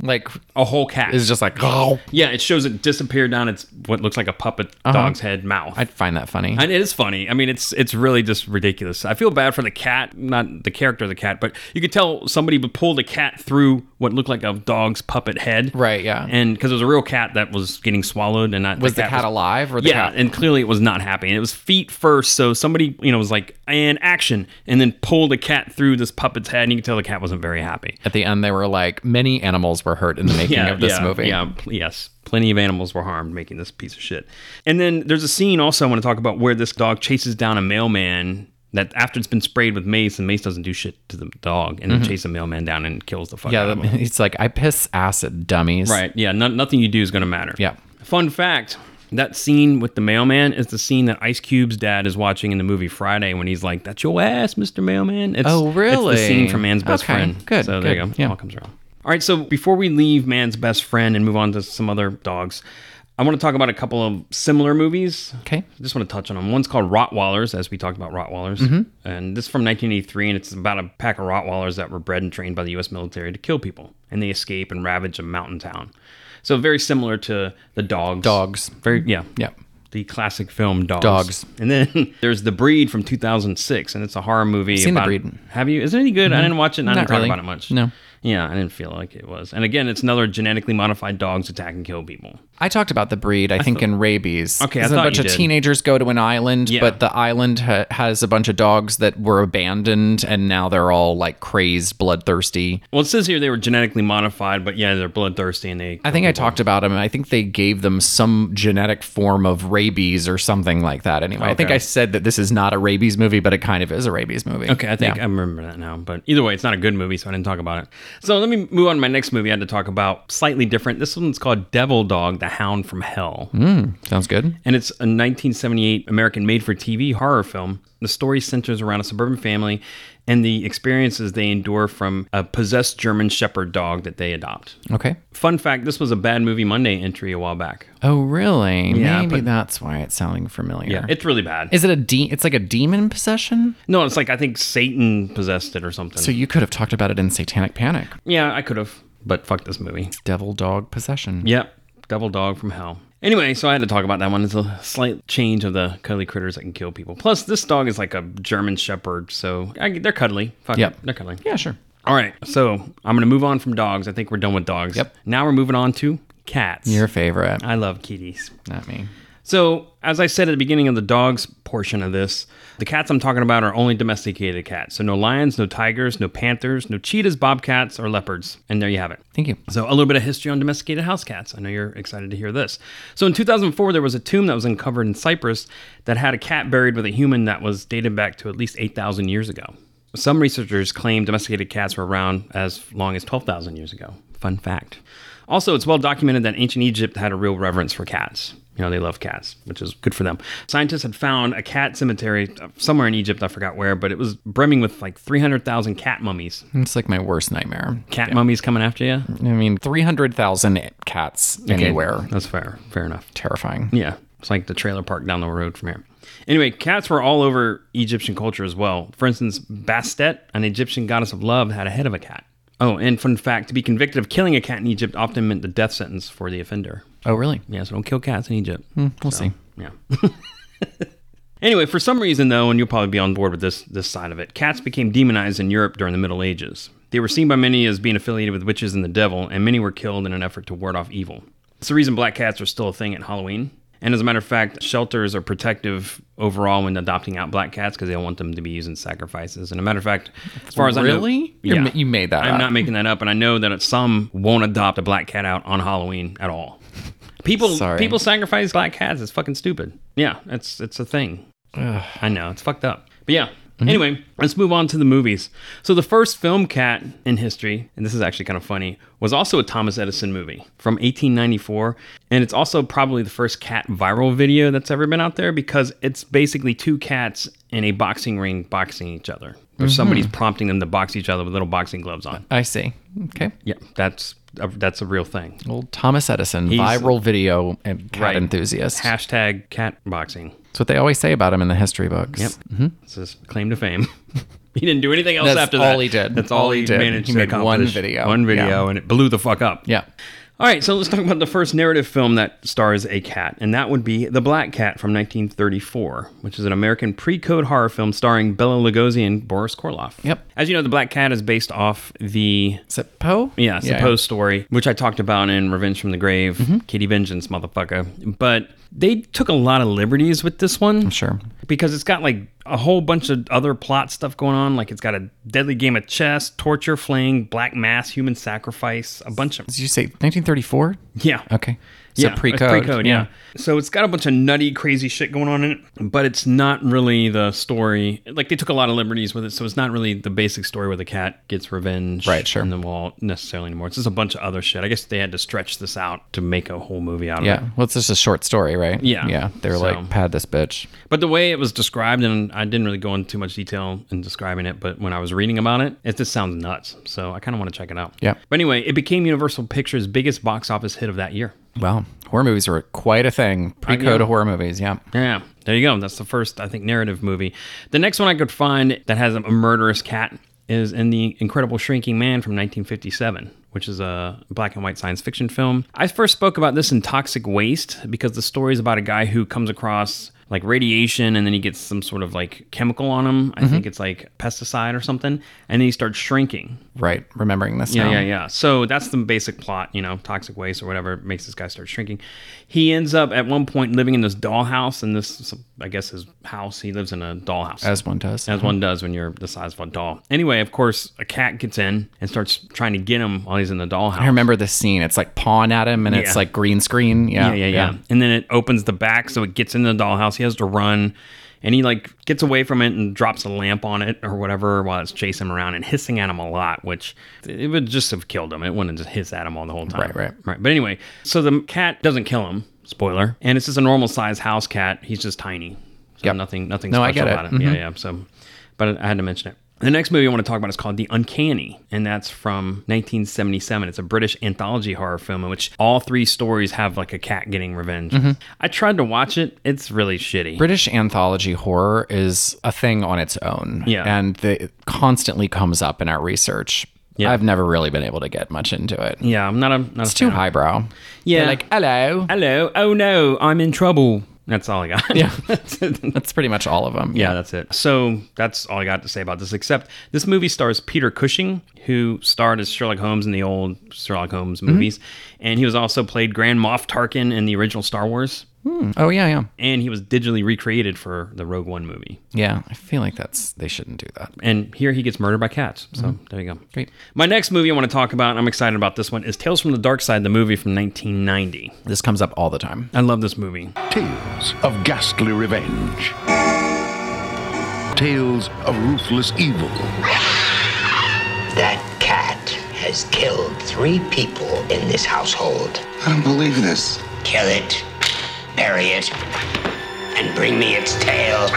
D: Like
C: a whole cat.
D: it's just like oh,
C: yeah, it shows it disappear down its what looks like a puppet
D: Uh-huh.
C: dog's head mouth.
D: I'd find that funny.
C: and it is funny. I mean, it's it's really just ridiculous. I feel bad for the cat, not the character of the cat, but you could tell somebody would pull the cat through what looked like a dog's puppet head.
D: Right, yeah.
C: And because it was a real cat that was getting swallowed, and not,
D: was the cat alive or the
C: yeah,
D: cat?
C: and clearly it was not happy. And it was feet first, so somebody you know was like, "And action!" and then pulled the cat through this puppet's head, and you could tell the cat wasn't very happy.
D: At the end, they were like, many many animals were hurt in the making of this
C: yeah,
D: movie.
C: Yeah, pl- yes. Plenty of animals were harmed making this piece of shit. And then there's a scene also I want to talk about where this dog chases down a mailman that after it's been sprayed with mace and mace doesn't do shit to the dog and then chases the mailman down and kills the fuck
D: Mm-hmm. Yeah,
C: out of him.
D: that- it's like I piss acid, dummies.
C: Right. Yeah. No, nothing you do is going to matter.
D: Yeah.
C: Fun fact that scene with the mailman is the scene that Ice Cube's dad is watching in the movie Friday when he's like, That's your ass, Mr. Mailman. It's,
D: Oh, really?
C: It's the scene from Man's Best
D: Okay,
C: Friend.
D: good,
C: So there you
D: good,
C: go.
D: yeah.
C: All comes around. All right. So before we leave Man's Best Friend and move on to some other dogs, I want to talk about a couple of similar movies.
D: Okay.
C: I just want to touch on them. One's called Rottweilers, as we talked about Rottweilers.
D: Mm-hmm.
C: And this is from 1983, and it's about a pack of Rottweilers that were bred and trained by the U.S. military to kill people. And they escape and ravage a mountain town. So very similar to the dogs.
D: Dogs.
C: Very, yeah.
D: Yeah.
C: The classic film Dogs.
D: Dogs.
C: And then there's The Breed from 2006, and it's a horror movie.
D: seen The
C: about-
D: Breed. Mm-hmm.
C: Have you? Is it any good? I didn't watch it, and I
D: Not
C: didn't talk
D: really.
C: about it much.
D: No.
C: Yeah, I didn't feel like it was. And again, it's another genetically modified dogs attack and kill people.
D: I talked about the breed, I, think, in rabies.
C: Okay, I
D: There's a
C: thought
D: bunch
C: you
D: of
C: did.
D: teenagers go to an island,
C: Yeah.
D: but the island ha- has a bunch of dogs that were abandoned, and now they're all like crazed, bloodthirsty.
C: Well, it says here they were genetically modified, but yeah, they're bloodthirsty and they.
D: I think I talked about them. I think they gave them some genetic form of rabies or something like that. Anyway, I think
C: Okay.
D: I said that this is not a rabies movie, but it kind of is a rabies movie.
C: Okay, I think I remember that now. But either way, it's not a good movie, so I didn't talk about it. So let me move on to my next movie I had to talk about. Slightly different. This one's called Devil Dog, The Hound from Hell.
D: Sounds good.
C: And it's a 1978 American made for TV horror film. The story centers around a suburban family and the experiences they endure from a possessed German Shepherd dog that they adopt.
D: Okay.
C: Fun fact this was a Bad Movie Monday entry a while back.
D: Oh, really?
C: Yeah,
D: Maybe
C: but-
D: that's why it's sounding familiar.
C: Yeah, it's really bad.
D: is it a de- It's like a demon possession.
C: no, it's like I think Satan possessed it or something.
D: So you could have talked about it in Satanic Panic.
C: Yeah, I could have, but fuck this movie.
D: Devil dog possession.
C: Yep, Devil Dog from Hell. Anyway, so I had to talk about that one. It's a slight change of the cuddly critters that can kill people. Plus, this dog is like a German Shepherd, so I, they're cuddly. Fuck
D: Yep.
C: it, they're cuddly.
D: Yeah, sure.
C: All right, so I'm gonna move on from dogs. I think we're done with dogs.
D: Yep.
C: Now we're moving on to cats.
D: Your favorite,
C: I love kitties.
D: not me.
C: So, as I said at the beginning of the dogs portion of this, the cats I'm talking about are only domesticated cats. So, no lions, no tigers, no panthers, no cheetahs, bobcats, or leopards. And there you have it.
D: Thank you.
C: So, a little bit of history on domesticated house cats. I know you're excited to hear this. So, in 2004, there was a tomb that was uncovered in Cyprus that had a cat buried with a human that was dated back to at least 8,000 years ago. Some researchers claim domesticated cats were around as long as 12,000 years ago. Fun fact. Also, it's well documented that ancient Egypt had a real reverence for cats. You know, they love cats, which is good for them. Scientists had found a cat cemetery uh, somewhere in Egypt, I forgot where, but it was brimming with like 300,000 cat mummies.
D: It's like my worst nightmare.
C: Cat mummies coming after you?
D: I mean, three hundred thousand cats anywhere.
C: That's fair. Fair enough.
D: Terrifying.
C: Yeah, it's like the trailer park down the road from here. Anyway, cats were all over Egyptian culture as well. For instance, Bastet, an Egyptian goddess of love, had a head of a cat. Oh, and fun fact to be convicted of killing a cat in Egypt often meant the death sentence for the offender.
D: Oh, really?
C: Yeah, so don't kill cats in Egypt.
D: We'll see.
C: Yeah. anyway, for some reason though, and you'll probably be on board with this this side of it, cats became demonized in Europe during the Middle Ages. They were seen by many as being affiliated with witches and the devil, and many were killed in an effort to ward off evil. It's the reason black cats are still a thing at Halloween. And as a matter of fact, shelters are protective overall when adopting out black cats because they don't want them to be used in sacrifices. And a matter of fact, as far as I know,
D: Really? You're
C: yeah,
D: ma- you made that
C: I'm
D: up.
C: not making that up, and I know that some won't adopt a black cat out on Halloween at all. People
D: Sorry.
C: people sacrifice black cats. It's fucking stupid. Yeah, it's it's a thing. I know it's fucked up. But yeah. Anyway, let's move on to the movies. So the first film cat in history, and this is actually kind of funny, was also a Thomas Edison movie from 1894, and it's also probably the first cat viral video that's ever been out there because it's basically two cats in a boxing ring boxing each other. Or somebody's prompting them to box each other with little boxing gloves on.
D: I see. Okay.
C: Yeah, that's a, that's a real thing.
D: Old Thomas Edison, viral video and cat
C: Right.
D: enthusiast.
C: Hashtag cat boxing.
D: That's what they always say about him in the history books.
C: Yep. It's his claim to fame. he didn't do anything else
D: That's
C: after that.
D: all he did.
C: That's all, he, did. managed
D: He
C: to
D: made one
C: accomplish.
D: video.
C: One video,
D: Yeah.
C: and it blew the fuck up.
D: Yeah.
C: All right, so let's talk about the first narrative film that stars a cat, and that would be The Black Cat from 1934, which is an American pre-code horror film starring Bela Lugosi and Boris Korloff.
D: Yep.
C: As you know, The Black Cat is based off the
D: Is it Poe?
C: yeah, supposed story, which I talked about in Revenge from the Grave,
D: Mm-hmm.
C: Kitty Vengeance, motherfucker. But they took a lot of liberties with this one.
D: Sure.
C: because it's got like a whole bunch of other plot stuff going on. Like it's got a deadly game of chess, torture, flaying, black mass, human sacrifice, a bunch of
D: Did you say 1934?
C: yeah.
D: Okay. So
C: yeah, it's
D: pre-code.
C: pre-code, yeah. So it's got a bunch of nutty, crazy shit going on in it, but it's not really the story. Like they took a lot of liberties with it, so it's not really the basic story where the cat gets revenge,
D: Right, sure.
C: in the wall necessarily anymore. It's just a bunch of other shit. I guess they had to stretch this out to make a whole movie out of it.
D: Yeah. Well, it's just a short story, right?
C: Yeah.
D: Yeah. They were
C: So-
D: like, pad this bitch.
C: But the way it was described, and I didn't really go into too much detail in describing it, but when I was reading about it, it just sounds nuts. So I kind of want to check it out.
D: Yeah.
C: But anyway, it became Universal Pictures' biggest box office hit of that year.
D: Wow. Horror movies were quite a thing.
C: Uh,
D: Pre-code horror movies. Yeah.
C: Yeah, there you go. That's the first, I think, narrative movie. The next one I could find that has a murderous cat is in The Incredible Shrinking Man from 1957, which is a black and white science fiction film. I first spoke about this in Toxic Waste because the story is about a guy who comes across like radiation and then he gets some sort of like chemical on him. I think it's like pesticide or something. And then he starts shrinking.
D: Right. Remembering this now.
C: Yeah, yeah, yeah. So that's the basic plot, you know, toxic waste or whatever makes this guy start shrinking. He ends up at one point living in this dollhouse, and this, I guess, his house. He lives in a dollhouse.
D: As one does.
C: As one does when you're the size of a doll. Anyway, of course, a cat gets in and starts trying to get him while he's in the dollhouse.
D: I remember this scene. It's like pawing at him and
C: Yeah.
D: it's like green screen. Yeah.
C: Yeah, yeah, yeah, And then it opens the back, so it gets into the dollhouse. He has to run, and he like gets away from it and drops a lamp on it or whatever while it's chasing him around and hissing at him a lot, which it would just have killed him. It wouldn't just hiss at him all the whole time.
D: Right, right.
C: right. But anyway, so the cat doesn't kill him. Spoiler. And it's just a normal size house cat. He's just tiny. So
D: Yep.
C: nothing, nothing
D: No,
C: special
D: I get it. Mm-hmm.
C: about it. Yeah, yeah. So, but I had to mention it. The next movie I want to talk about is called The Uncanny, and that's from 1977. It's a British anthology horror film in which all three stories have like a cat getting revenge. I tried to watch it. It's really shitty.
D: British anthology horror is a thing on its own.
C: Yeah.
D: And the, it constantly comes up in our research.
C: Yeah.
D: I've never really been able to get much into it.
C: yeah, I'm not a. Not
D: It's too highbrow.
C: Yeah.
D: They're like, hello.
C: Hello. Oh no, I'm in trouble. That's all I got.
D: Yeah.
C: That's it.
D: That's pretty much all of them.
C: Yeah, that's it. So that's all I got to say about this, except this movie stars Peter Cushing, who starred as Sherlock Holmes in the old Sherlock Holmes movies. And he was also played Grand Moff Tarkin in the original Star Wars.
D: Oh, yeah, yeah.
C: And he was digitally recreated for the Rogue One movie.
D: Yeah. I feel like that's, they shouldn't do that.
C: And here he gets murdered by cats. So there you go.
D: Great.
C: My next movie I want to talk about, and I'm excited about this one, is Tales from the Dark Side, the movie from 1990.
D: This comes up all the time.
C: I love this movie.
H: Tales of ghastly revenge. Tales of ruthless evil.
I: That cat has killed three people in this household.
F: I don't believe this.
I: Kill it, bury it, and bring me its tail.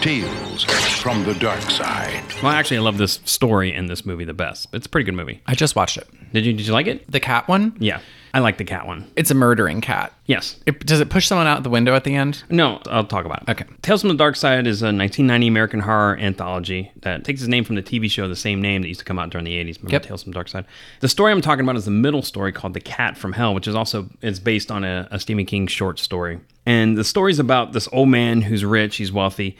H: Tales from the dark side.
C: Well, actually, I love this story in this movie the best. It's a pretty good movie.
D: I just watched it.
C: Did you, did you like it?
D: The cat one?
C: Yeah. I like the cat one.
D: It's a murdering cat.
C: Yes.
D: It, does it push someone out the window at the end?
C: No, I'll talk about it.
D: Okay.
C: Tales from the Dark Side is a 1990 American horror anthology that takes its name from the TV show, the same name that used to come out during the 80s. Remember
D: Yep.
C: Tales from the Dark Side? The story I'm talking about is the middle story called The Cat from Hell, which is also is based on a, a Stephen King short story. And the story's about this old man who's rich, he's wealthy,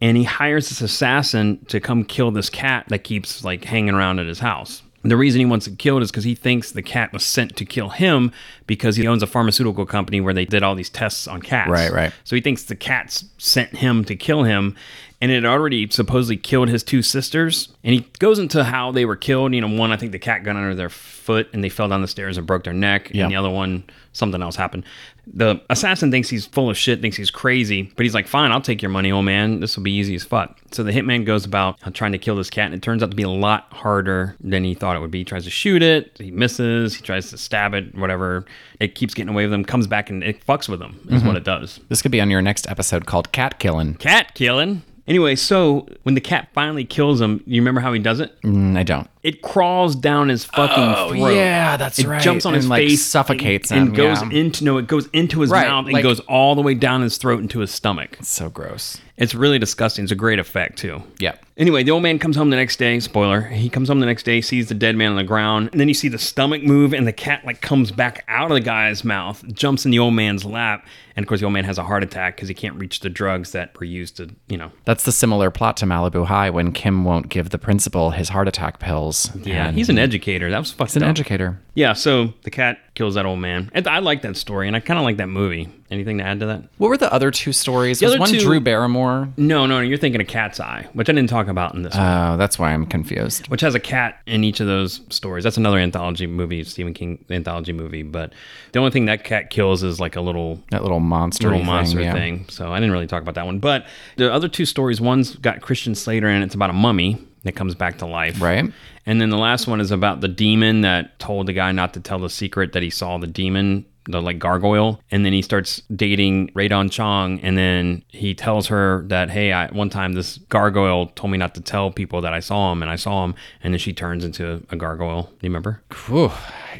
C: and he hires this assassin to come kill this cat that keeps like hanging around at his house. The reason he wants it killed is because he thinks the cat was sent to kill him because he owns a pharmaceutical company where they did all these tests on cats.
D: Right, right.
C: So he thinks the cats sent him to kill him, and it had already supposedly killed his two sisters. And he goes into how they were killed. You know, one I think the cat got under their foot and they fell down the stairs and broke their neck,
D: Yeah.
C: and the other one something else happened. The assassin thinks he's full of shit, thinks he's crazy, but he's like, "Fine, I'll take your money, old man. This will be easy as fuck." So the hitman goes about uh, trying to kill this cat, and it turns out to be a lot harder than he thought it would be. He tries to shoot it, he misses, he tries to stab it, whatever. It keeps getting away with him, comes back and it fucks with him, is what it does
D: This could be on your next episode called Cat Killing.
C: cat killing. Anyway, so when the cat finally kills him, you remember how he does it?
D: Mm, I don't.
C: It crawls down his fucking throat.
D: Oh, yeah, that's
C: it
D: right.
C: jumps on
D: And,
C: his
D: like,
C: face,
D: suffocates
C: and,
D: him,
C: and goes
D: yeah.
C: into no, it goes into his
D: Right,
C: mouth and
D: like-
C: goes all the way down his throat into his stomach.
D: So gross.
C: It's really disgusting. It's a great effect too.
D: Yeah.
C: Anyway, the old man comes home the next day. Spoiler: He comes home the next day, sees the dead man on the ground, and then you see the stomach move, and the cat like comes back out of the guy's mouth, jumps in the old man's lap, and of course the old man has a heart attack because he can't reach the drugs that were used to, you know,
D: That's the similar plot to Malibu High when Kim won't give the principal his heart attack pills animals.
C: Yeah,
D: And
C: he's an educator. That was fucked
D: he's an
C: up.
D: educator.
C: Yeah, so the cat kills that old man. And I like that story, and I kind of like that movie. Anything to add to that?
D: What were the other two stories?
C: The
D: Was
C: other
D: one
C: two-
D: Drew Barrymore?
C: No, no, no. You're thinking of Cat's Eye, which I didn't talk about in this one,
D: Oh, that's why I'm confused.
C: which has a cat in each of those stories. That's another anthology movie, Stephen King anthology movie. But the only thing that cat kills is like a little
D: That little monster
C: little monster
D: yeah.
C: thing. So I didn't really talk about that one. But the other two stories, one's got Christian Slater in it. It's about a mummy that comes back to life.
D: Right.
C: And then the last one is about the demon that told the guy not to tell the secret that he saw the demon, the like gargoyle. And then he starts dating Radon Chong. And then he tells her that, hey, I, one time this gargoyle told me not to tell people that I saw him and I saw him. And then she turns into a gargoyle. You remember?
D: Whew,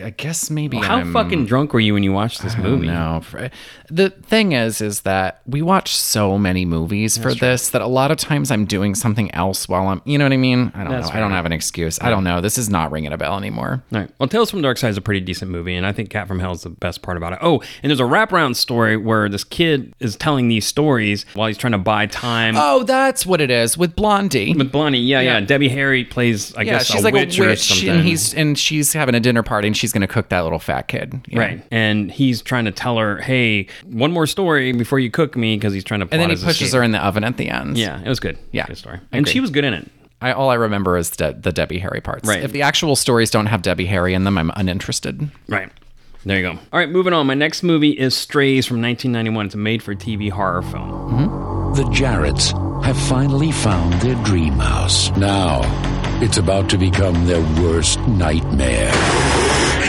D: I guess maybe
C: How
D: I'm-
C: fucking drunk were you when you watched this movie?
D: No, for- the thing is, is that we watch so many movies for this that a lot of times I'm doing something else while I'm, you know what I mean? I don't know. I don't have an excuse. I don't know. This is not ringing a bell anymore.
C: All right. Well, Tales from the Dark Side is a pretty decent movie, and I think Cat from Hell is the best part about it. Oh, and there's a wraparound story where this kid is telling these stories while he's trying to buy time.
D: Oh, that's what it is with Blondie.
C: With Blondie, yeah, yeah, Debbie Harry plays, I
D: yeah,
C: guess,
D: she's
C: a
D: like
C: witch
D: a
C: or
D: witch,
C: something.
D: and he's and she's having a dinner party, and she's gonna cook that little fat kid. Yeah.
C: right, and he's trying to tell her, "Hey, one more story before you cook me," because he's trying to.
D: And then he pushes her in the oven at the end.
C: Yeah, it was good.
D: Yeah.
C: good story, and
D: Agreed.
C: she was good in it.
D: I, all I remember is de- the Debbie Harry parts.
C: Right.
D: If the actual stories don't have Debbie Harry in them, I'm uninterested.
C: Right. There you go. All right, moving on. My next movie is Strays from 1991. It's a made-for-TV horror film.
J: The Jarretts have finally found their dream house. Now, it's about to become their worst nightmare.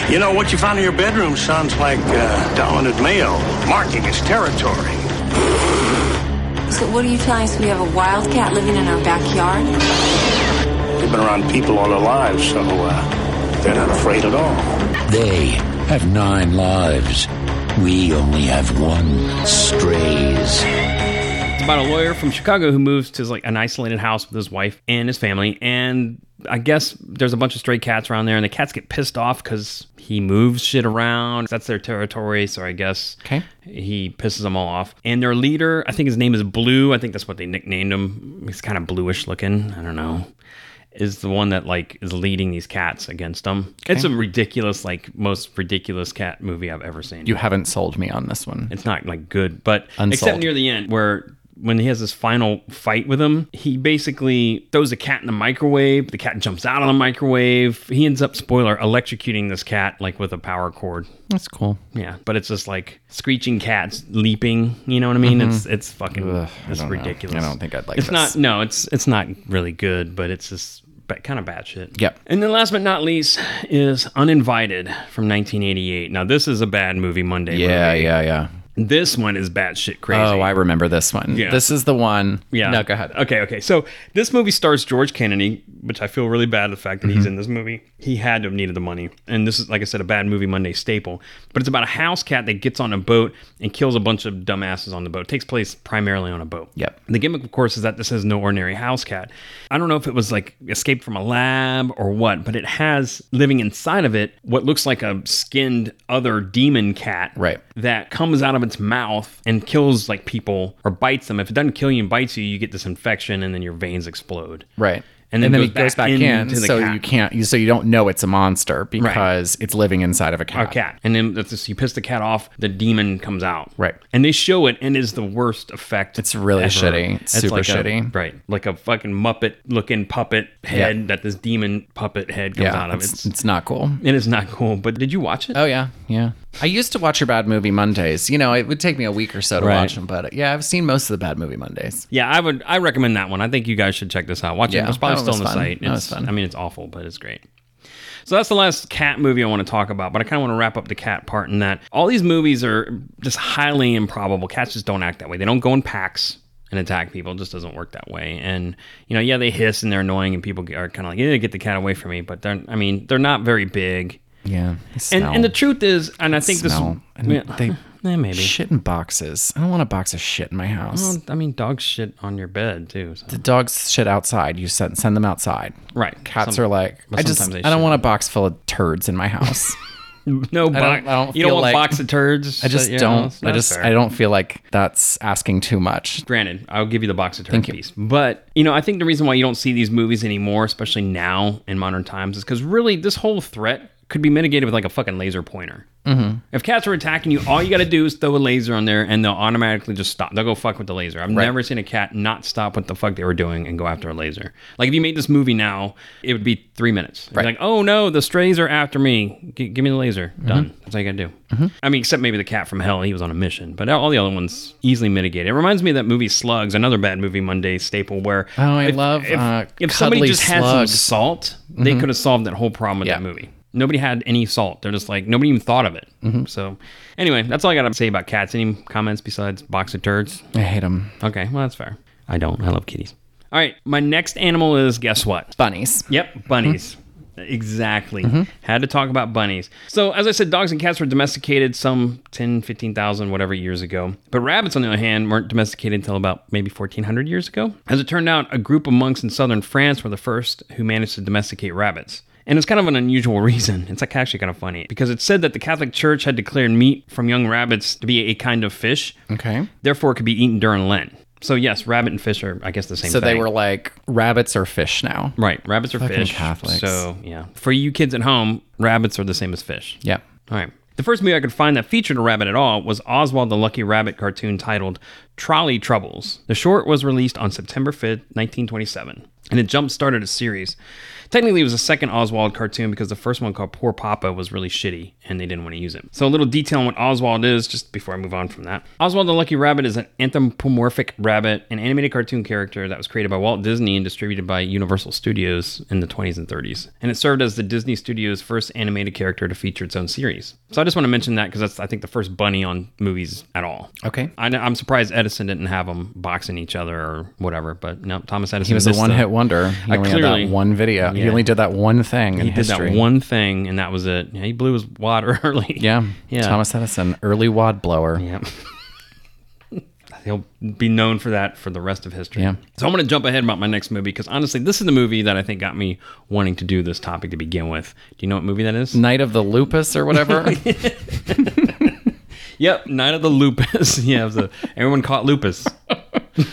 H: You know, what you found in your bedroom sounds like uh, dominant male marking his territory.
K: So what are you telling us? We have a wildcat living in our backyard?
H: They've been around people all their lives, so uh, they're not afraid at all.
J: They have nine lives. We only have one. Strays.
C: It's about a lawyer from Chicago who moves to like an isolated house with his wife and his family. And I guess there's a bunch of stray cats around there, and the cats get pissed off because he moves shit around. That's their territory, so I guess
D: Okay.
C: he pisses them all off. And their leader, I think his name is Blue. I think that's what they nicknamed him. He's kind of bluish looking. I don't know. Is the one that like is leading these cats against them. It's a ridiculous, like most ridiculous cat movie I've ever seen.
D: You haven't sold me on this one.
C: It's not like good, but except
D: Unsold.
C: near the end where when he has this final fight with him, he basically throws a cat in the microwave. The cat jumps out of the microwave. He ends up, spoiler, electrocuting this cat like with a power cord.
D: That's cool.
C: Yeah, but it's just like screeching cats leaping. You know what I mean? It's it's fucking
D: Mm-hmm. Ugh, I
C: it's
D: don't know.
C: ridiculous.
D: I don't think I'd like
C: It's not
D: this.
C: no, it's it's not really good, but it's just ba- kind of bad shit.
D: Yep.
C: And then last but not least is Uninvited from 1988. Now this is a bad movie Monday.
D: Yeah,
C: movie.
D: yeah, yeah.
C: This one is batshit crazy.
D: Oh, I remember this one.
C: Yeah.
D: This is the one.
C: yeah.
D: No, go ahead.
C: Okay, okay. So this movie stars George Kennedy, which I feel really bad the fact that
D: Mm-hmm.
C: he's in this movie. He had to have needed the money. And this is, like I said, a bad movie Monday staple. But it's about a house cat that gets on a boat and kills a bunch of dumbasses on the boat. It takes place primarily on a boat.
D: Yep.
C: The gimmick, of course, is that this is no ordinary house cat. I don't know if it was like escaped from a lab or what, but it has living inside of it what looks like a skinned other demon cat
D: Right.
C: that comes out of its mouth and kills like people or bites them. If it doesn't kill you and bites you, you get this infection and then your veins explode.
D: Right.
C: And then, goes back, in, to the
D: so
C: cat.
D: you can't. You, so you don't know it's a monster because it's living inside of a
C: a
D: cat.
C: cat. And then that's just, you piss the cat off, the demon comes out.
D: Right.
C: And they show it and is the worst effect.
D: It's really
C: ever.
D: shitty. It's super
C: like a-
D: shitty.
C: right. Like a fucking Muppet looking puppet head that this demon puppet head comes
D: Yeah,
C: out of.
D: it's,
C: It's,
D: it's not cool.
C: it is not cool. But did you watch it?
D: Oh yeah, yeah. I used to watch your bad movie Mondays. You know, it would take me a week or so to
C: Right.
D: watch them, but uh, yeah, I've seen most of the bad movie Mondays.
C: Yeah, I would. I recommend that one. I think you guys should check this out. Watch it.
D: Yeah,
C: It's probably still
D: that
C: on
D: one
C: the
D: was fun.
C: site.
D: That was
C: It's-
D: fun.
C: I mean, it's awful, but it's great. So that's the last cat movie I want to talk about, but I kind of want to wrap up the cat part in that all these movies are just highly improbable. Cats just don't act that way. They don't go in packs and attack people. It just doesn't work that way. And you know, yeah, they hiss and they're annoying, and people are kind of like, "Yeah, get the cat away from me." But they're, I mean, they're not very big.
D: Yeah,
C: And and the truth is, and I think
D: smell.
C: this,
D: And
C: yeah,
D: they-
C: yeah, maybe.
D: shit in boxes. I don't want a box of shit in my house.
C: Well, I mean, dogs shit on your bed too. So.
D: the dogs shit outside. You send send them outside.
C: Right.
D: Cats
C: Some-
D: are like,
C: but
D: I just
C: sometimes they
D: I don't
C: shit.
D: want a box full of turds in my house.
C: no, bo-
D: I don't, I don't
C: you don't
D: feel
C: want
D: like-
C: box of turds.
D: I just
C: so, you know,
D: don't.
C: it's
D: I
C: not
D: just
C: fair.
D: I don't feel like that's asking too much.
C: Granted, I'll give you the box of turds
D: Thank you.
C: piece. But, you know, I think the reason why you don't see these movies anymore, especially now in modern times, is because really this whole threat could be mitigated with like a fucking laser pointer.
D: Mhm.
C: If cats are attacking you, all you got to do is throw a laser on there and they'll automatically just stop. They'll go fuck with the laser. I've never seen a cat not stop what the fuck they were doing and go after a laser. Like if you made this movie now, it would be three minutes. It'd be Like, oh no, the strays are after me. G- give me the laser.
D: Mm-hmm.
C: Done. That's all you got to do. I mean, except maybe the cat from hell. He was on a mission. But all the other ones easily mitigated. It reminds me of that movie Slugs, another bad movie Monday staple where
D: Oh, I love uh,
C: if somebody
D: cuddly
C: just had some
D: slugs.
C: salt, they
D: Mhm.
C: could have solved that whole problem with that movie. Nobody had any salt. They're just like nobody even thought of it. So, anyway, that's all I got to say about cats. Any comments besides box of turds?
D: I hate them.
C: Okay, well that's fair. I don't. I love kitties. All right, my next animal is guess what?
D: Bunnies.
C: Yep, bunnies. Exactly.
D: Mhm.
C: Had to talk about bunnies. So, as I said, dogs and cats were domesticated some 10, 15,000, whatever years ago. But rabbits, on the other hand, weren't domesticated until about maybe 1,400 years ago. As it turned out, a group of monks in southern France were the first who managed to domesticate rabbits. And it's kind of an unusual reason. It's like actually kind of funny because it's said that the Catholic Church had declared meat from young rabbits to be a kind of fish.
D: Okay.
C: Therefore, it could be eaten during Lent. So, yes, rabbit and fish are, I guess, the same
D: so
C: thing.
D: they were like rabbits are fish now.
C: Right, rabbits are
D: Fucking
C: fish.
D: Catholics.
C: So yeah, for you kids at home, rabbits are the same as fish.
D: Yeah.
C: All right. The first movie I could find that featured a rabbit at all was Oswald the Lucky Rabbit cartoon titled Trolley Troubles. The short was released on September 5th, 1927, and it jump started a series. Technically, it was a second Oswald cartoon because the first one called Poor Papa was really shitty and they didn't want to use it. So, a little detail on what Oswald is just before I move on from that. Oswald the Lucky Rabbit is an anthropomorphic rabbit, an animated cartoon character that was created by Walt Disney and distributed by Universal Studios in the 20s and 30s. And it served as the Disney Studios' first animated character to feature its own series. So, I just want to mention that because that's, I think, the first bunny on movies at all.
D: Okay.
C: I, know- I'm surprised Edison didn't have them boxing each other or whatever, but no, Thomas Edison.
D: He was a
C: missed
D: one
C: the-
D: hit wonder. He
C: I
D: only
C: clearly-
D: had that one video. He
C: Yeah.
D: only did that one thing in
C: He did
D: history.
C: that one thing, and that was it. Yeah, he blew his wad early.
D: Yeah.
C: Yeah.
D: Thomas Edison, early wad blower.
C: Yeah. He'll be known for that for the rest of history.
D: Yeah.
C: So I'm going to jump ahead about my next movie because honestly, this is the movie that I think got me wanting to do this topic to begin with. Do you know what movie that is?
D: Night of the Lupus or whatever.
C: Yep, Night of the Lupus. yeah, it was a, everyone caught lupus.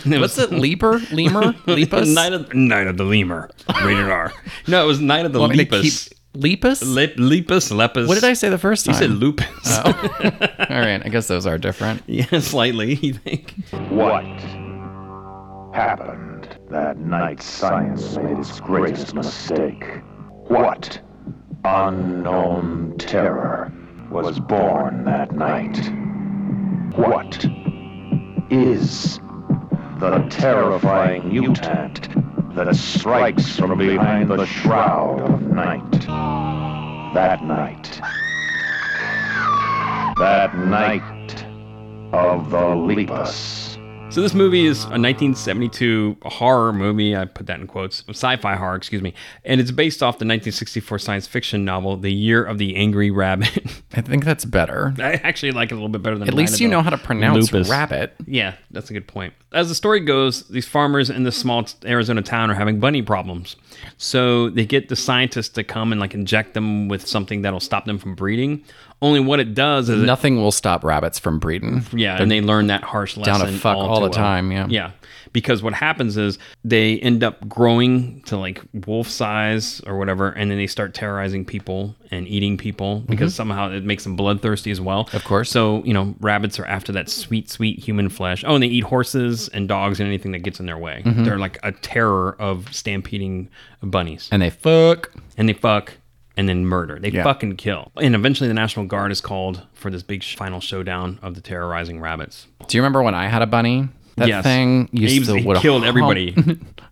D: What's it? Leaper? Lemur? Lepus?
C: Night of Night of the Lemur. Rated R. No, it was Night of the
D: Want me to
C: Lepus.
D: keep- Lepus?
C: Lep- lepus, lepus.
D: What did I say the first
C: You
D: time? Uh, Oh.
C: said lupus.
D: All right. I guess those are different.
C: yeah, slightly. You think?
E: What happened that night science made its greatest mistake? What unknown terror was born that night? What is the terrifying mutant that strikes from behind the shroud of night? That night. That night of the Lepus.
C: So this movie is a 1972 horror movie. I put that in quotes, sci-fi horror, excuse me, and it's based off the 1964 science fiction novel *The Year of the Angry Rabbit*.
D: I think that's better.
C: I actually like it a little bit better than.
D: At
C: Night
D: least
C: of
D: you
C: the
D: know how to pronounce
C: Lupus.
D: rabbit.
C: Yeah, that's a good point. As the story goes, these farmers in this small t- Arizona town are having bunny problems. So they get the scientists to come and like inject them with something that'll stop them from breeding. Only what it does is it
D: Nothing will stop rabbits from breeding.
C: yeah, and they learn that harsh lesson
D: down to fuck all
C: too
D: the time, yeah.
C: yeah, because what happens is they end up growing to like wolf size or whatever, and then they start terrorizing people and eating people because somehow it makes them bloodthirsty as well.
D: Mm-hmm. Of course.
C: So you know, rabbits are after that sweet, sweet human flesh. Oh, and they eat horses and dogs and anything that gets in their way.
D: Mm-hmm.
C: They're like a terror of stampeding bunnies
D: And they fuck.
C: and they fuck and then murder. They
D: Yeah.
C: fucking kill. And eventually the National Guard is called for this big sh- final showdown of the terrorizing rabbits.
D: Do you remember when I had a bunny? That
C: Yes.
D: thing
C: Abe's-
D: used to
C: he
D: would
C: killed
D: hump-
C: everybody.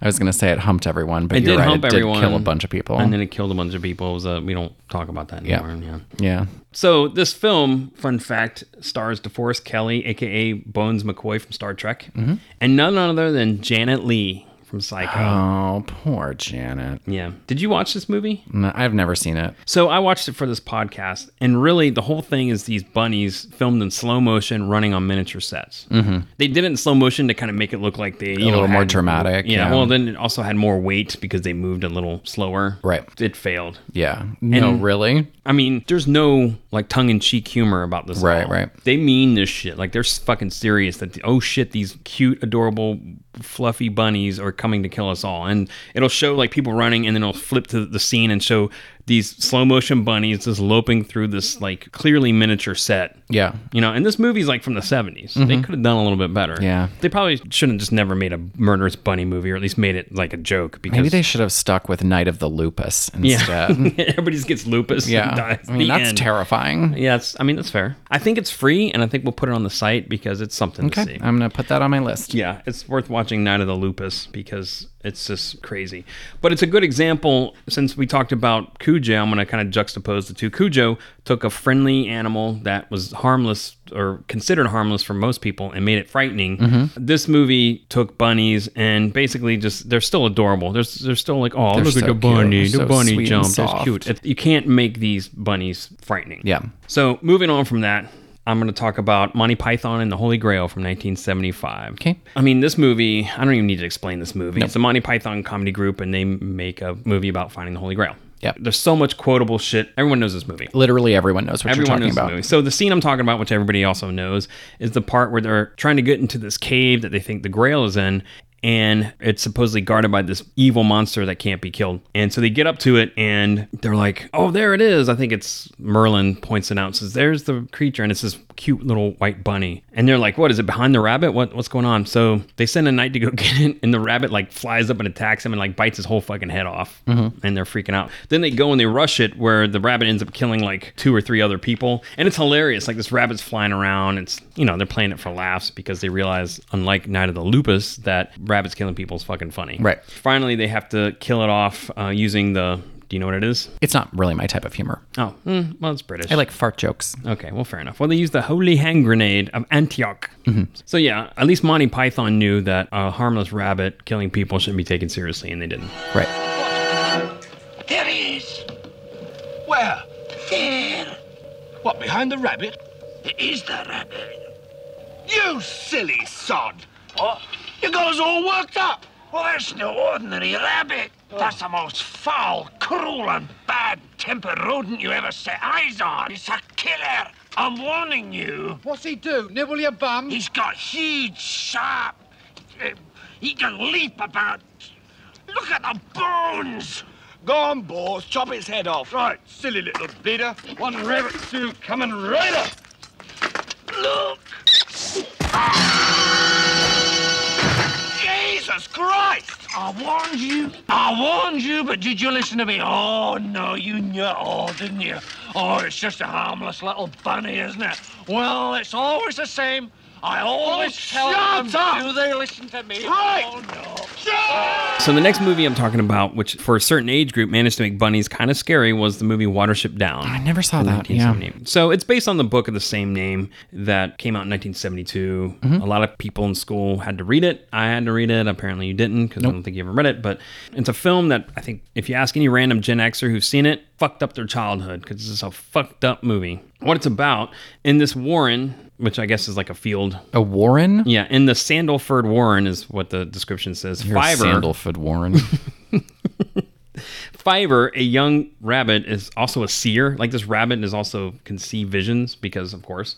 D: I was gonna say it humped everyone, but
C: It
D: you're
C: did
D: right.
C: hump
D: it did
C: everyone.
D: kill a bunch of people.
C: And then it killed a bunch of people. It was, uh, we don't talk about that
D: Yeah.
C: anymore. Yeah.
D: yeah,
C: So this film, fun fact, stars
D: Mm-hmm.
C: DeForest Kelly, aka Bones McCoy from Star Trek, and none other than Janet Lee from Psycho.
D: Oh, poor Janet.
C: yeah. Did you watch this movie?
D: No, I've never seen it.
C: So I watched it for this podcast, and really the whole thing is these bunnies filmed in slow motion running on miniature sets. Mm-hmm. They did it in slow motion to kind of make it look like they you
D: A
C: know
D: little more
C: had-
D: dramatic,
C: Yeah,
D: yeah.
C: Well, then it also had more weight because they moved a little slower.
D: Right.
C: It failed.
D: Yeah. No,
C: And-
D: really?
C: I mean, there's no like tongue in cheek humor about this. at
D: Right,
C: all.
D: right.
C: They mean this shit. Like they're s- fucking serious that the, oh shit, these cute, adorable, fluffy bunnies are coming to kill us all. And it'll show like people running, and then it'll flip to the scene and show these slow motion bunnies just loping through this like clearly miniature set.
D: Yeah.
C: You know, and this movie's like from the 70s. They could have done a little bit better.
D: Mm-hmm. Yeah.
C: They probably shouldn't have just never made a murderous bunny movie or at least made it like a joke because
D: Maybe they should have stuck with Night of the Lupus instead. Yeah.
C: everybody just gets lupus and dies.
D: I mean,
C: The
D: that's
C: end.
D: terrifying.
C: Yeah, it's, I mean that's fair. I think it's free, and I think we'll put it on the site because it's something to
D: Okay.
C: see.
D: I'm going to put that on my list.
C: yeah, it's worth watching Night of the Lupus because it's just crazy. But it's a good example since we talked about Cujo. I'm going to kind of juxtapose the two. Cujo took a friendly animal that was harmless or considered harmless for most people and made it frightening.
D: Mm-hmm.
C: This movie took bunnies and basically just they're still adorable. They're, they're still like, oh,
D: They're
C: look
D: so
C: at the
D: cute.
C: bunny. The
D: So sweet
C: bunny
D: and
C: jumped. That's
D: soft.
C: cute. It- you can't make these bunnies frightening.
D: Yeah.
C: So moving on from that, I'm going to talk about Monty Python and the Holy Grail from 1975.
D: Okay.
C: I mean, this movie, I don't even need to explain this movie. It's a Monty Python comedy group, and they make a movie about finding the Holy Grail.
D: Yep.
C: There's so much quotable shit. Everyone knows this movie.
D: Literally everyone knows what
C: Everyone
D: you're
C: knows
D: talking
C: the
D: about.
C: movie. So the scene I'm talking about, which everybody also knows, is the part where they're trying to get into this cave that they think the Grail is in, and it's supposedly guarded by this evil monster that can't be killed. And so they get up to it, and they're like, "Oh, there it is!" I think it's Merlin points it out, says, "There's the creature," and it's this cute little white bunny. And they're like, "What is it behind the rabbit? What what's going on?" So they send a knight to go get it, and the rabbit like flies up and attacks him and like bites his whole fucking head off,
D: Mm-hmm.
C: and they're freaking out. Then they go and they rush it, where the rabbit ends up killing like two or three other people, and it's hilarious. Like this rabbit's flying around. It's you know they're playing it for laughs because they realize, unlike Night of the Lupus, that rabbits killing people is fucking funny.
D: Right.
C: Finally, they have to kill it off uh, using the. Do you know what it is?
D: It's not really my type of humor.
C: Oh, mm, well, it's British.
D: I like fart jokes.
C: Okay, well, fair enough. Well, they used the holy hand grenade of Antioch. So, yeah, at least Monty Python knew that a harmless rabbit killing people shouldn't be taken seriously, and they didn't.
D: Right.
I: There he is.
L: Where?
I: There.
L: What, behind the rabbit?
I: It is the rabbit.
L: You silly sod! What? You got us all worked up! Oh.
I: Well, that's no ordinary rabbit. That's the most foul, cruel, and bad-tempered rodent you ever set eyes on. It's a killer. I'm warning you.
L: What's he do? Nibble your bum?
I: He's got huge, sharp. uh, He can leap about. Look at the bones.
L: Go on, boss, chop his head off. Right, silly little bidder. One rabbit, two, coming right up.
I: Look.
L: Jesus Christ!
I: I warned you. I warned you, but did you listen to me? Oh, no, you knew it all, didn't you? Oh, it's just a harmless little bunny, isn't it? Well, it's always the same. I always tell
L: Oh, shut
I: them,
L: up!
I: do they listen to me?
L: Right.
I: Oh, no.
C: So, the next movie I'm talking about, which for a certain age group managed to make bunnies kind of scary, was the movie Watership Down.
D: I never saw Oh, that. Yeah.
C: 1978. So it's based on the book of the same name that came out in 1972.
D: Mm-hmm.
C: A lot of people in school had to read it. I had to read it. Apparently, you didn't because I don't think you ever read it. But it's a film that I think if you ask any random Gen Xer who's seen it, fucked up their childhood because it's a fucked up movie. What it's about in this Warren, which I guess is like a field.
D: A Warren?
C: Yeah, in the Sandalford Warren is what the description says.
D: You're a
C: Fiverr-
D: Sandalford Warren.
C: Fiverr, a young rabbit, is also a seer. Like this rabbit is also can see visions because, of course,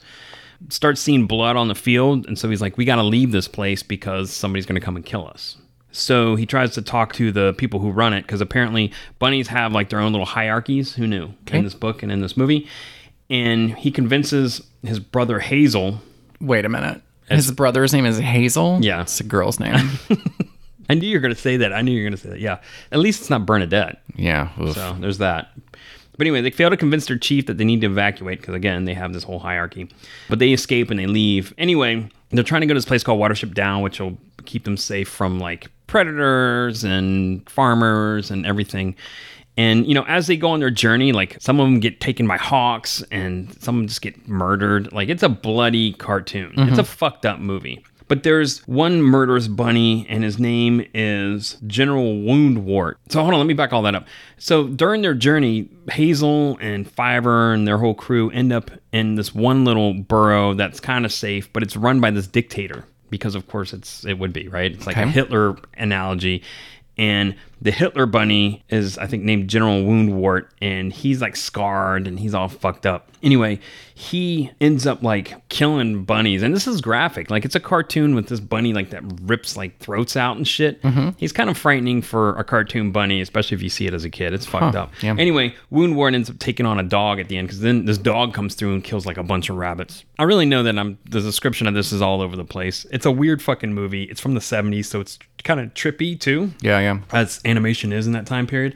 C: starts seeing blood on the field, and so he's like, "We got to leave this place because somebody's going to come and kill us." So he tries to talk to the people who run it because apparently bunnies have like their own little hierarchies. Who knew in this book and in this movie? And he convinces his brother Hazel,
D: Wait a minute. His brother's name is Hazel.
C: Yeah.
D: It's a girl's name.
C: I knew you were going to say that. I knew you were going to say that. Yeah. At least it's not Bernadette.
D: yeah. oof.
C: So there's that. But anyway, they fail to convince their chief that they need to evacuate because, again, they have this whole hierarchy. But they escape and they leave. Anyway, they're trying to go to this place called Watership Down, which will keep them safe from like predators and farmers and everything. And, you know, as they go on their journey, like some of them get taken by hawks and some of them just get murdered. Like it's a bloody cartoon, it's a fucked up movie. But there's one murderous bunny, and his name is General Woundwort. So hold on, let me back all that up. So during their journey, Hazel and Fiver and their whole crew end up in this one little burrow that's kind of safe, but it's run by this dictator because, of course, it's it would be right. It's like a
D: Okay.
C: Hitler analogy. And the Hitler bunny is, I think, named General Woundwort, and he's like scarred and he's all fucked up. Anyway, he ends up like killing bunnies. And this is graphic. Like, it's a cartoon with this bunny like that rips like throats out and shit.
D: Mhm.
C: He's kind of frightening for a cartoon bunny, especially if you see it as a kid. It's fucked
D: Huh,
C: up.
D: yeah.
C: Anyway, Woundwort ends up taking on a dog at the end because then this dog comes through and kills like a bunch of rabbits. I really know that I'm the description of this is all over the place. It's a weird fucking movie. It's from the 70s, so it's kind of trippy too
D: Yeah, yeah.
C: as animation is in that time period.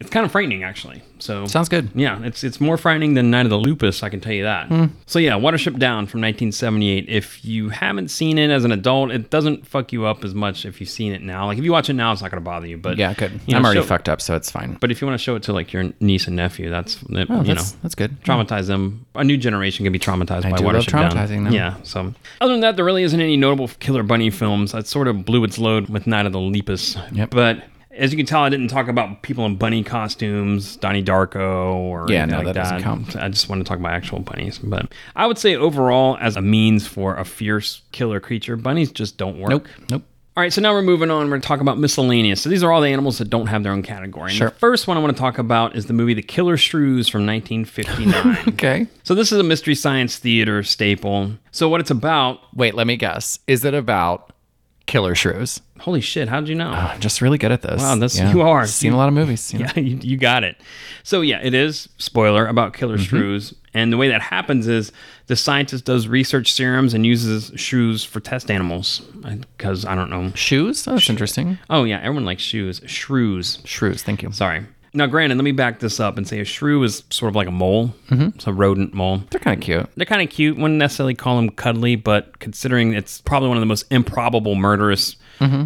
C: It's kind of frightening, actually. So
D: Sounds good.
C: Yeah, it's it's more frightening than Night of the Lupus, I can tell you that.
D: Hmm.
C: So yeah, Watership Down from 1978. If you haven't seen it as an adult, it doesn't fuck you up as much if you've seen it now. Like if you watch it now, it's not going to bother you. But
D: yeah, good.
C: you know,
D: I'm already
C: show-
D: fucked up, so it's fine.
C: But if you want to show it to like your niece and nephew, that's you
D: Oh, that's-
C: know
D: that's good.
C: Traumatize them. A new generation can be traumatized
D: I
C: by
D: do love
C: Watership
D: traumatizing
C: Down.
D: them.
C: Yeah. So other than that, there really isn't any notable Killer Bunny films. I sort of blew its load with Night of the Lepus. But as you can tell, I didn't talk about people in bunny costumes, Donnie Darko, or
D: Yeah,
C: anything
D: no,
C: like
D: that doesn't count.
C: I just want to talk about actual bunnies. But I would say overall, as a means for a fierce killer creature, bunnies just don't work.
D: Nope, nope.
C: All right, so now we're moving on. We're going to talk about miscellaneous. So these are all the animals that don't have their own category. And
D: Sure.
C: The first one I want to talk about is the movie The Killer Shrews from 1959.
D: okay.
C: So this is a mystery science theater staple. So what it's about?
D: Wait, let me guess. Is it about killer shrews?
C: Holy shit! How did you know?
D: I'm just really good at this.
C: Wow, that's-
D: Yeah.
C: you are.
D: Seen a lot of movies. you know.
C: yeah, you, you got it. So yeah, it is spoiler about killer shrews, and the way that happens is the scientist does research serums and uses shrews for test animals because I don't know
D: Shoes? Oh, that's interesting.
C: Oh yeah, everyone likes shoes. Shrews.
D: Shrews, thank you.
C: Sorry. Now, granted, let me back this up and say a shrew is sort of like a mole. Mm-hmm. It's a rodent mole.
D: They're kind of cute.
C: They're kind of cute. Wouldn't necessarily call them cuddly, but considering it's probably one of the most improbable murderous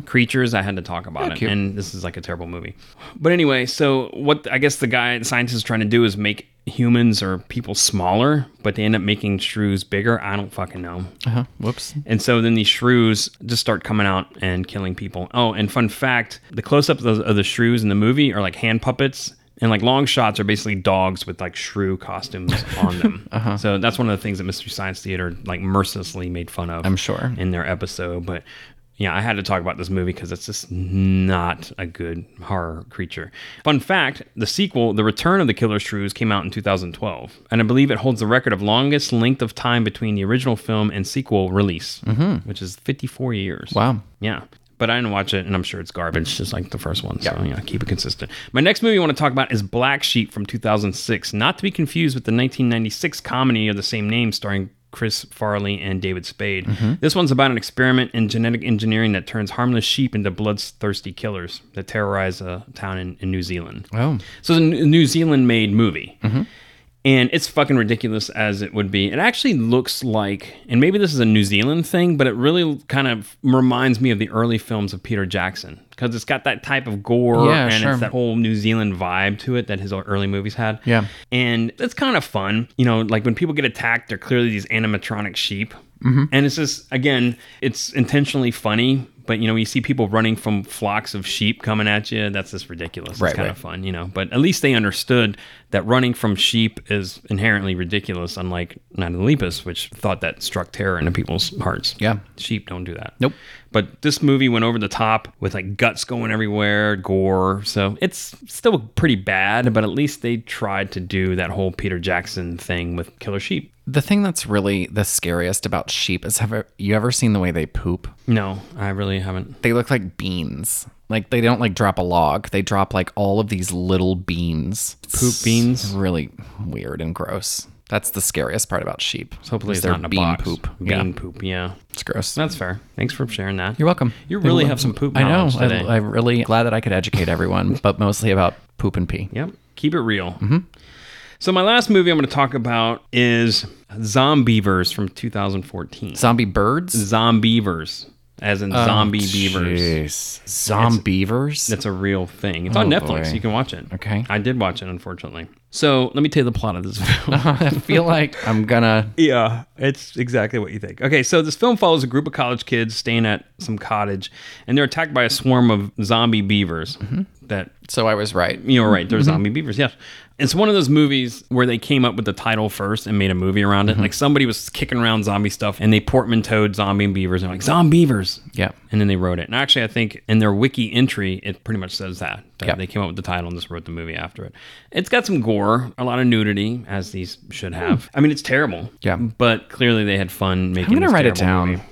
C: creatures, I had to talk about it.
D: cute.
C: And this is like a terrible movie. But anyway, so what I guess the guy, the scientist, is trying to do is make humans or people smaller, but they end up making shrews bigger. I don't fucking know.
D: Uh-huh. Whoops.
C: And so then these shrews just start coming out and killing people. Oh, and fun fact the close ups of, of the shrews in the movie are like hand puppets. And like long shots are basically dogs with like shrew costumes on them.
D: Uh-huh.
C: So that's one of the things that Mystery Science Theater like mercilessly made fun of.
D: I'm sure.
C: In their episode. But yeah, I had to talk about this movie because it's just not a good horror creature. Fun fact the sequel, The Return of the Killer Shrews, came out in 2012. And I believe it holds the record of longest length of time between the original film and sequel release, which is 54 years.
D: Wow.
C: Yeah. But I didn't watch it, and I'm sure it's garbage, just like the first one. So, yeah, keep it consistent. My next movie I want to talk about is Black Sheep from 2006, not to be confused with the 1996 comedy of the same name starring Chris Farley and David Spade. This one's about an experiment in genetic engineering that turns harmless sheep into bloodthirsty killers that terrorize a town in, in New Zealand.
D: Oh.
C: So, it's a N- New Zealand made movie
D: Mm-hmm.
C: and it's fucking ridiculous as it would be. It actually looks like, and maybe this is a New Zealand thing, but it really kind of reminds me of the early films of Peter Jackson because it's got that type of gore
D: Yeah,
C: and
D: sure.
C: it's that whole New Zealand vibe to it that his early movies had.
D: Yeah.
C: And it's kind of fun. You know, like when people get attacked, they're clearly these animatronic sheep.
D: Mm-hmm.
C: And it's just, again, it's intentionally funny. But you know, you see people running from flocks of sheep coming at you. That's just ridiculous.
D: Right,
C: it's kind
D: right.
C: of fun, you know. But at least they understood that running from sheep is inherently ridiculous, unlike Night of the Lepus, which thought that struck terror into people's hearts.
D: Yeah.
C: Sheep don't do that.
D: Nope.
C: But this movie went over the top with like guts going everywhere, gore. So it's still pretty bad, but at least they tried to do that whole Peter Jackson thing with killer sheep.
D: The thing that's really the scariest about sheep is have you ever seen the way they poop?
C: No, I really haven't.
D: They look like beans. Like they don't like drop a log. They drop like all of these little beans.
C: Poop beans?
D: Really weird and gross. That's the scariest part about sheep.
C: So hopefully
D: is
C: it's
D: their
C: not in a
D: bean
C: box.
D: poop.
C: Bean
D: yeah,
C: poop, yeah.
D: it's gross.
C: That's fair. Thanks for sharing that.
D: You're welcome.
C: You really
D: I
C: have some poop
D: I know.
C: knowledge today.
D: I, I'm really glad that I could educate everyone, but mostly about poop and pee.
C: Yep. Keep it real.
D: Mm-hmm.
C: So my last movie I'm going to talk about is Zombievers from 2014.
D: Zombie birds?
C: Zombievers. as
D: Oh,
C: in zombie beavers.
D: Jeez. Zombievers?
C: That's a real thing. It's on
D: Oh,
C: Netflix.
D: boy.
C: You can watch it.
D: Okay.
C: I did watch it, unfortunately. So let me tell you the plot of this film.
D: I feel like I'm gonna.
C: Yeah, it's exactly what you think. Okay, so this film follows a group of college kids staying at some cottage, and they're attacked by a swarm of zombie beavers. That
D: So I was right.
C: you're right, they're
D: Mhm.
C: zombie beavers. Yes, it's one of those movies where they came up with the title first and made a movie around
D: Mm-hmm.
C: it. Like somebody was kicking around zombie stuff, and they portmanteaued zombie and beavers, and they're like zombievers.
D: Yeah.
C: And then they wrote it. And actually, I think in their wiki entry, it pretty much says that. that
D: Yeah.
C: They came up with the title and just wrote the movie after it. It's got some gore, a lot of nudity, as these should have. I mean, it's terrible.
D: Hmm. Yeah.
C: But clearly, they had fun making.
D: I'm gonna
C: this
D: write it
C: terrible
D: down.
C: movie.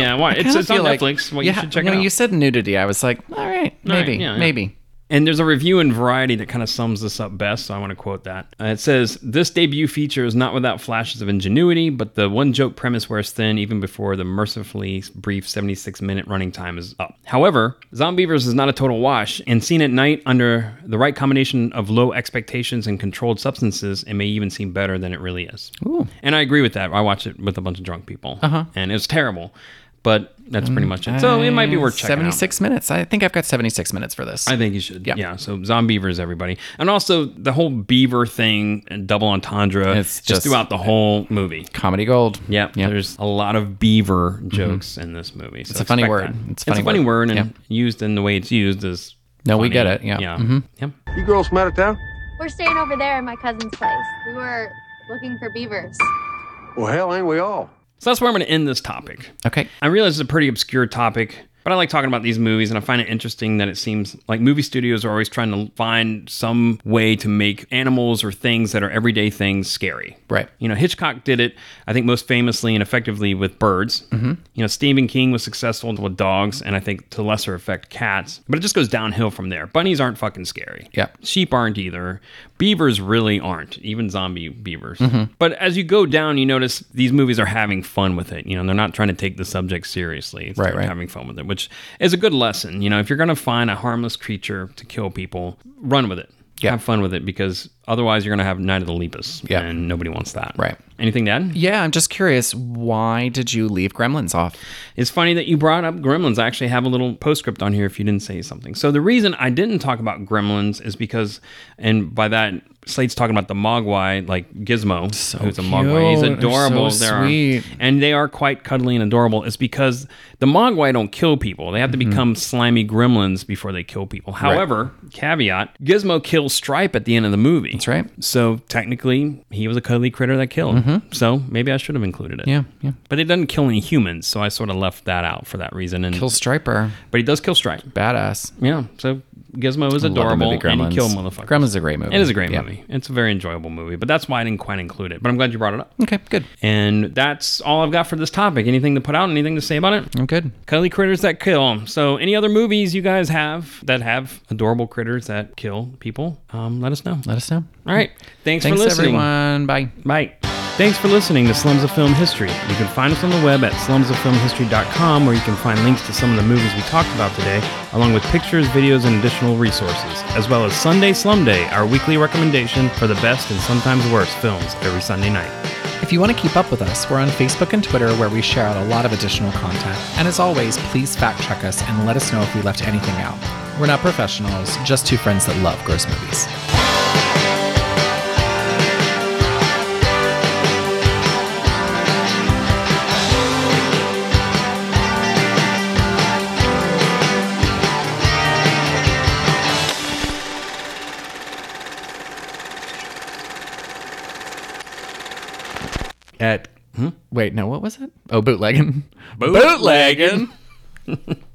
C: Yeah, why?
D: I
C: it's
D: kinda
C: it's on
D: feel like-
C: Netflix. Well,
D: yeah,
C: you should check
D: when
C: it out.
D: you said nudity, I was like, all right,
C: All right,
D: maybe,
C: yeah, yeah.
D: maybe.
C: And there's a review in Variety that kind of sums this up best, so I want to quote that. Uh, it says, This debut feature is not without flashes of ingenuity, but the one joke premise wears thin even before the mercifully brief 76 minute running time is up. However, Zombievers is not a total wash, and seen at night under the right combination of low expectations and controlled substances, it may even seem better than it really is.
D: Ooh.
C: And I agree with that. I watched it with a bunch of drunk people,
D: Uh-huh.
C: and it was terrible, but that's pretty much it. So it might be worth checking out.
D: 76 minutes. I think I've got 76 minutes for this.
C: I think you should. Yeah. So zombievers, everybody, and also the whole beaver thing and double entendre.
D: It's
C: just
D: just-
C: throughout the whole movie.
D: Comedy gold.
C: Yeah,
D: Yep.
C: there's a lot of beaver jokes in this movie. So
D: a funny
C: expect
D: word.
C: that.
D: Mm-hmm. It's a funny
C: a funny word,
D: word.
C: and used in the way it's used is.
D: No, we
C: funny.
D: get it, yeah.
C: Yeah.
D: Mhm.
C: Yeah.
M: You girls from out of town?
N: We're staying over there in my cousin's place. We were looking for beavers.
M: Well, hell, ain't we all?
C: So that's where I'm going to end this topic.
D: Okay.
C: I realize it's a pretty obscure topic, but I like talking about these movies, and I find it interesting that it seems like movie studios are always trying to find some way to make animals or things that are everyday things scary.
D: Right.
C: You know, Hitchcock did it, I think, most famously and effectively with birds. Mm-hmm. You know, Stephen King was successful with dogs, and I think to lesser effect, cats. But it just goes downhill from there. Bunnies aren't fucking scary.
D: Yeah.
C: Sheep aren't either. Beavers really aren't, even zombie beavers.
D: Mm-hmm.
C: But as you go down, you notice these movies are having fun with it. You know, they're not trying to take the subject seriously. It's
D: Right,
C: they're
D: right.
C: Having fun with it, which is a good lesson. You know, if you're going to find a harmless creature to kill people, run with it.
D: Yeah.
C: Have fun with it because otherwise you're going to have Night of the Lepus.
D: Yeah.
C: And nobody wants that.
D: Right.
C: Anything to add?
D: Yeah, I'm just curious. Why did you leave Gremlins off?
C: It's funny that you brought up Gremlins. I actually have a little postscript on here if you didn't say something. So the reason I didn't talk about Gremlins is because, and by that, Slate's talking about the Mogwai, like Gizmo, who's a Mogwai. He's
D: cute. They're so
C: adorable. are-
D: sweet.
C: and they are quite cuddly and adorable. It's because the Mogwai don't kill people. They have
D: Mm-hmm.
C: to become slimy gremlins before they kill people. However, caveat, Gizmo kills Stripe at the end of the movie. That's
D: right.
C: So technically, he was a cuddly critter that killed. So maybe I should have included it.
D: Mm-hmm. Yeah, yeah.
C: But it doesn't kill any humans, so I sort of left that out for that reason. And
D: Kill Striper.
C: but he does kill Stripe.
D: Badass.
C: Yeah. So Gizmo is
D: I love the
C: adorable
D: movie
C: and he
D: Gremlins.
C: killed motherfuckers.
D: Gremlins is a great movie.
C: It is a great
D: Yeah.
C: movie. It's a very enjoyable movie, but that's why I didn't quite include it. But I'm glad you brought it up.
D: Okay, good.
C: And that's all I've got for this topic. Anything to put out? Anything to say about it?
D: I'm good.
C: Cuddly critters that kill. So, any other movies you guys have that have adorable critters that kill people? Um, let us know.
D: Let us know.
C: All right. Thanks, for listening.
D: everyone. Bye.
C: Bye. Thanks for listening to Slums of Film History. You can find us on the web at slumsoffilmhistory.com where you can find links to some of the movies we talked about today, along with pictures, videos, and additional resources, as well as Sunday Slum Day, our weekly recommendation for the best and sometimes worst films every Sunday night.
O: If you want to keep up with us, we're on Facebook and Twitter where we share out a lot of additional content. And as always, please fact check us and let us know if we left anything out. We're not professionals, just two friends that love gross movies.
D: At
C: hmm?
D: wait, no, what was it? Oh, bootlegging.
C: Bootlegging.
D: bootlegging.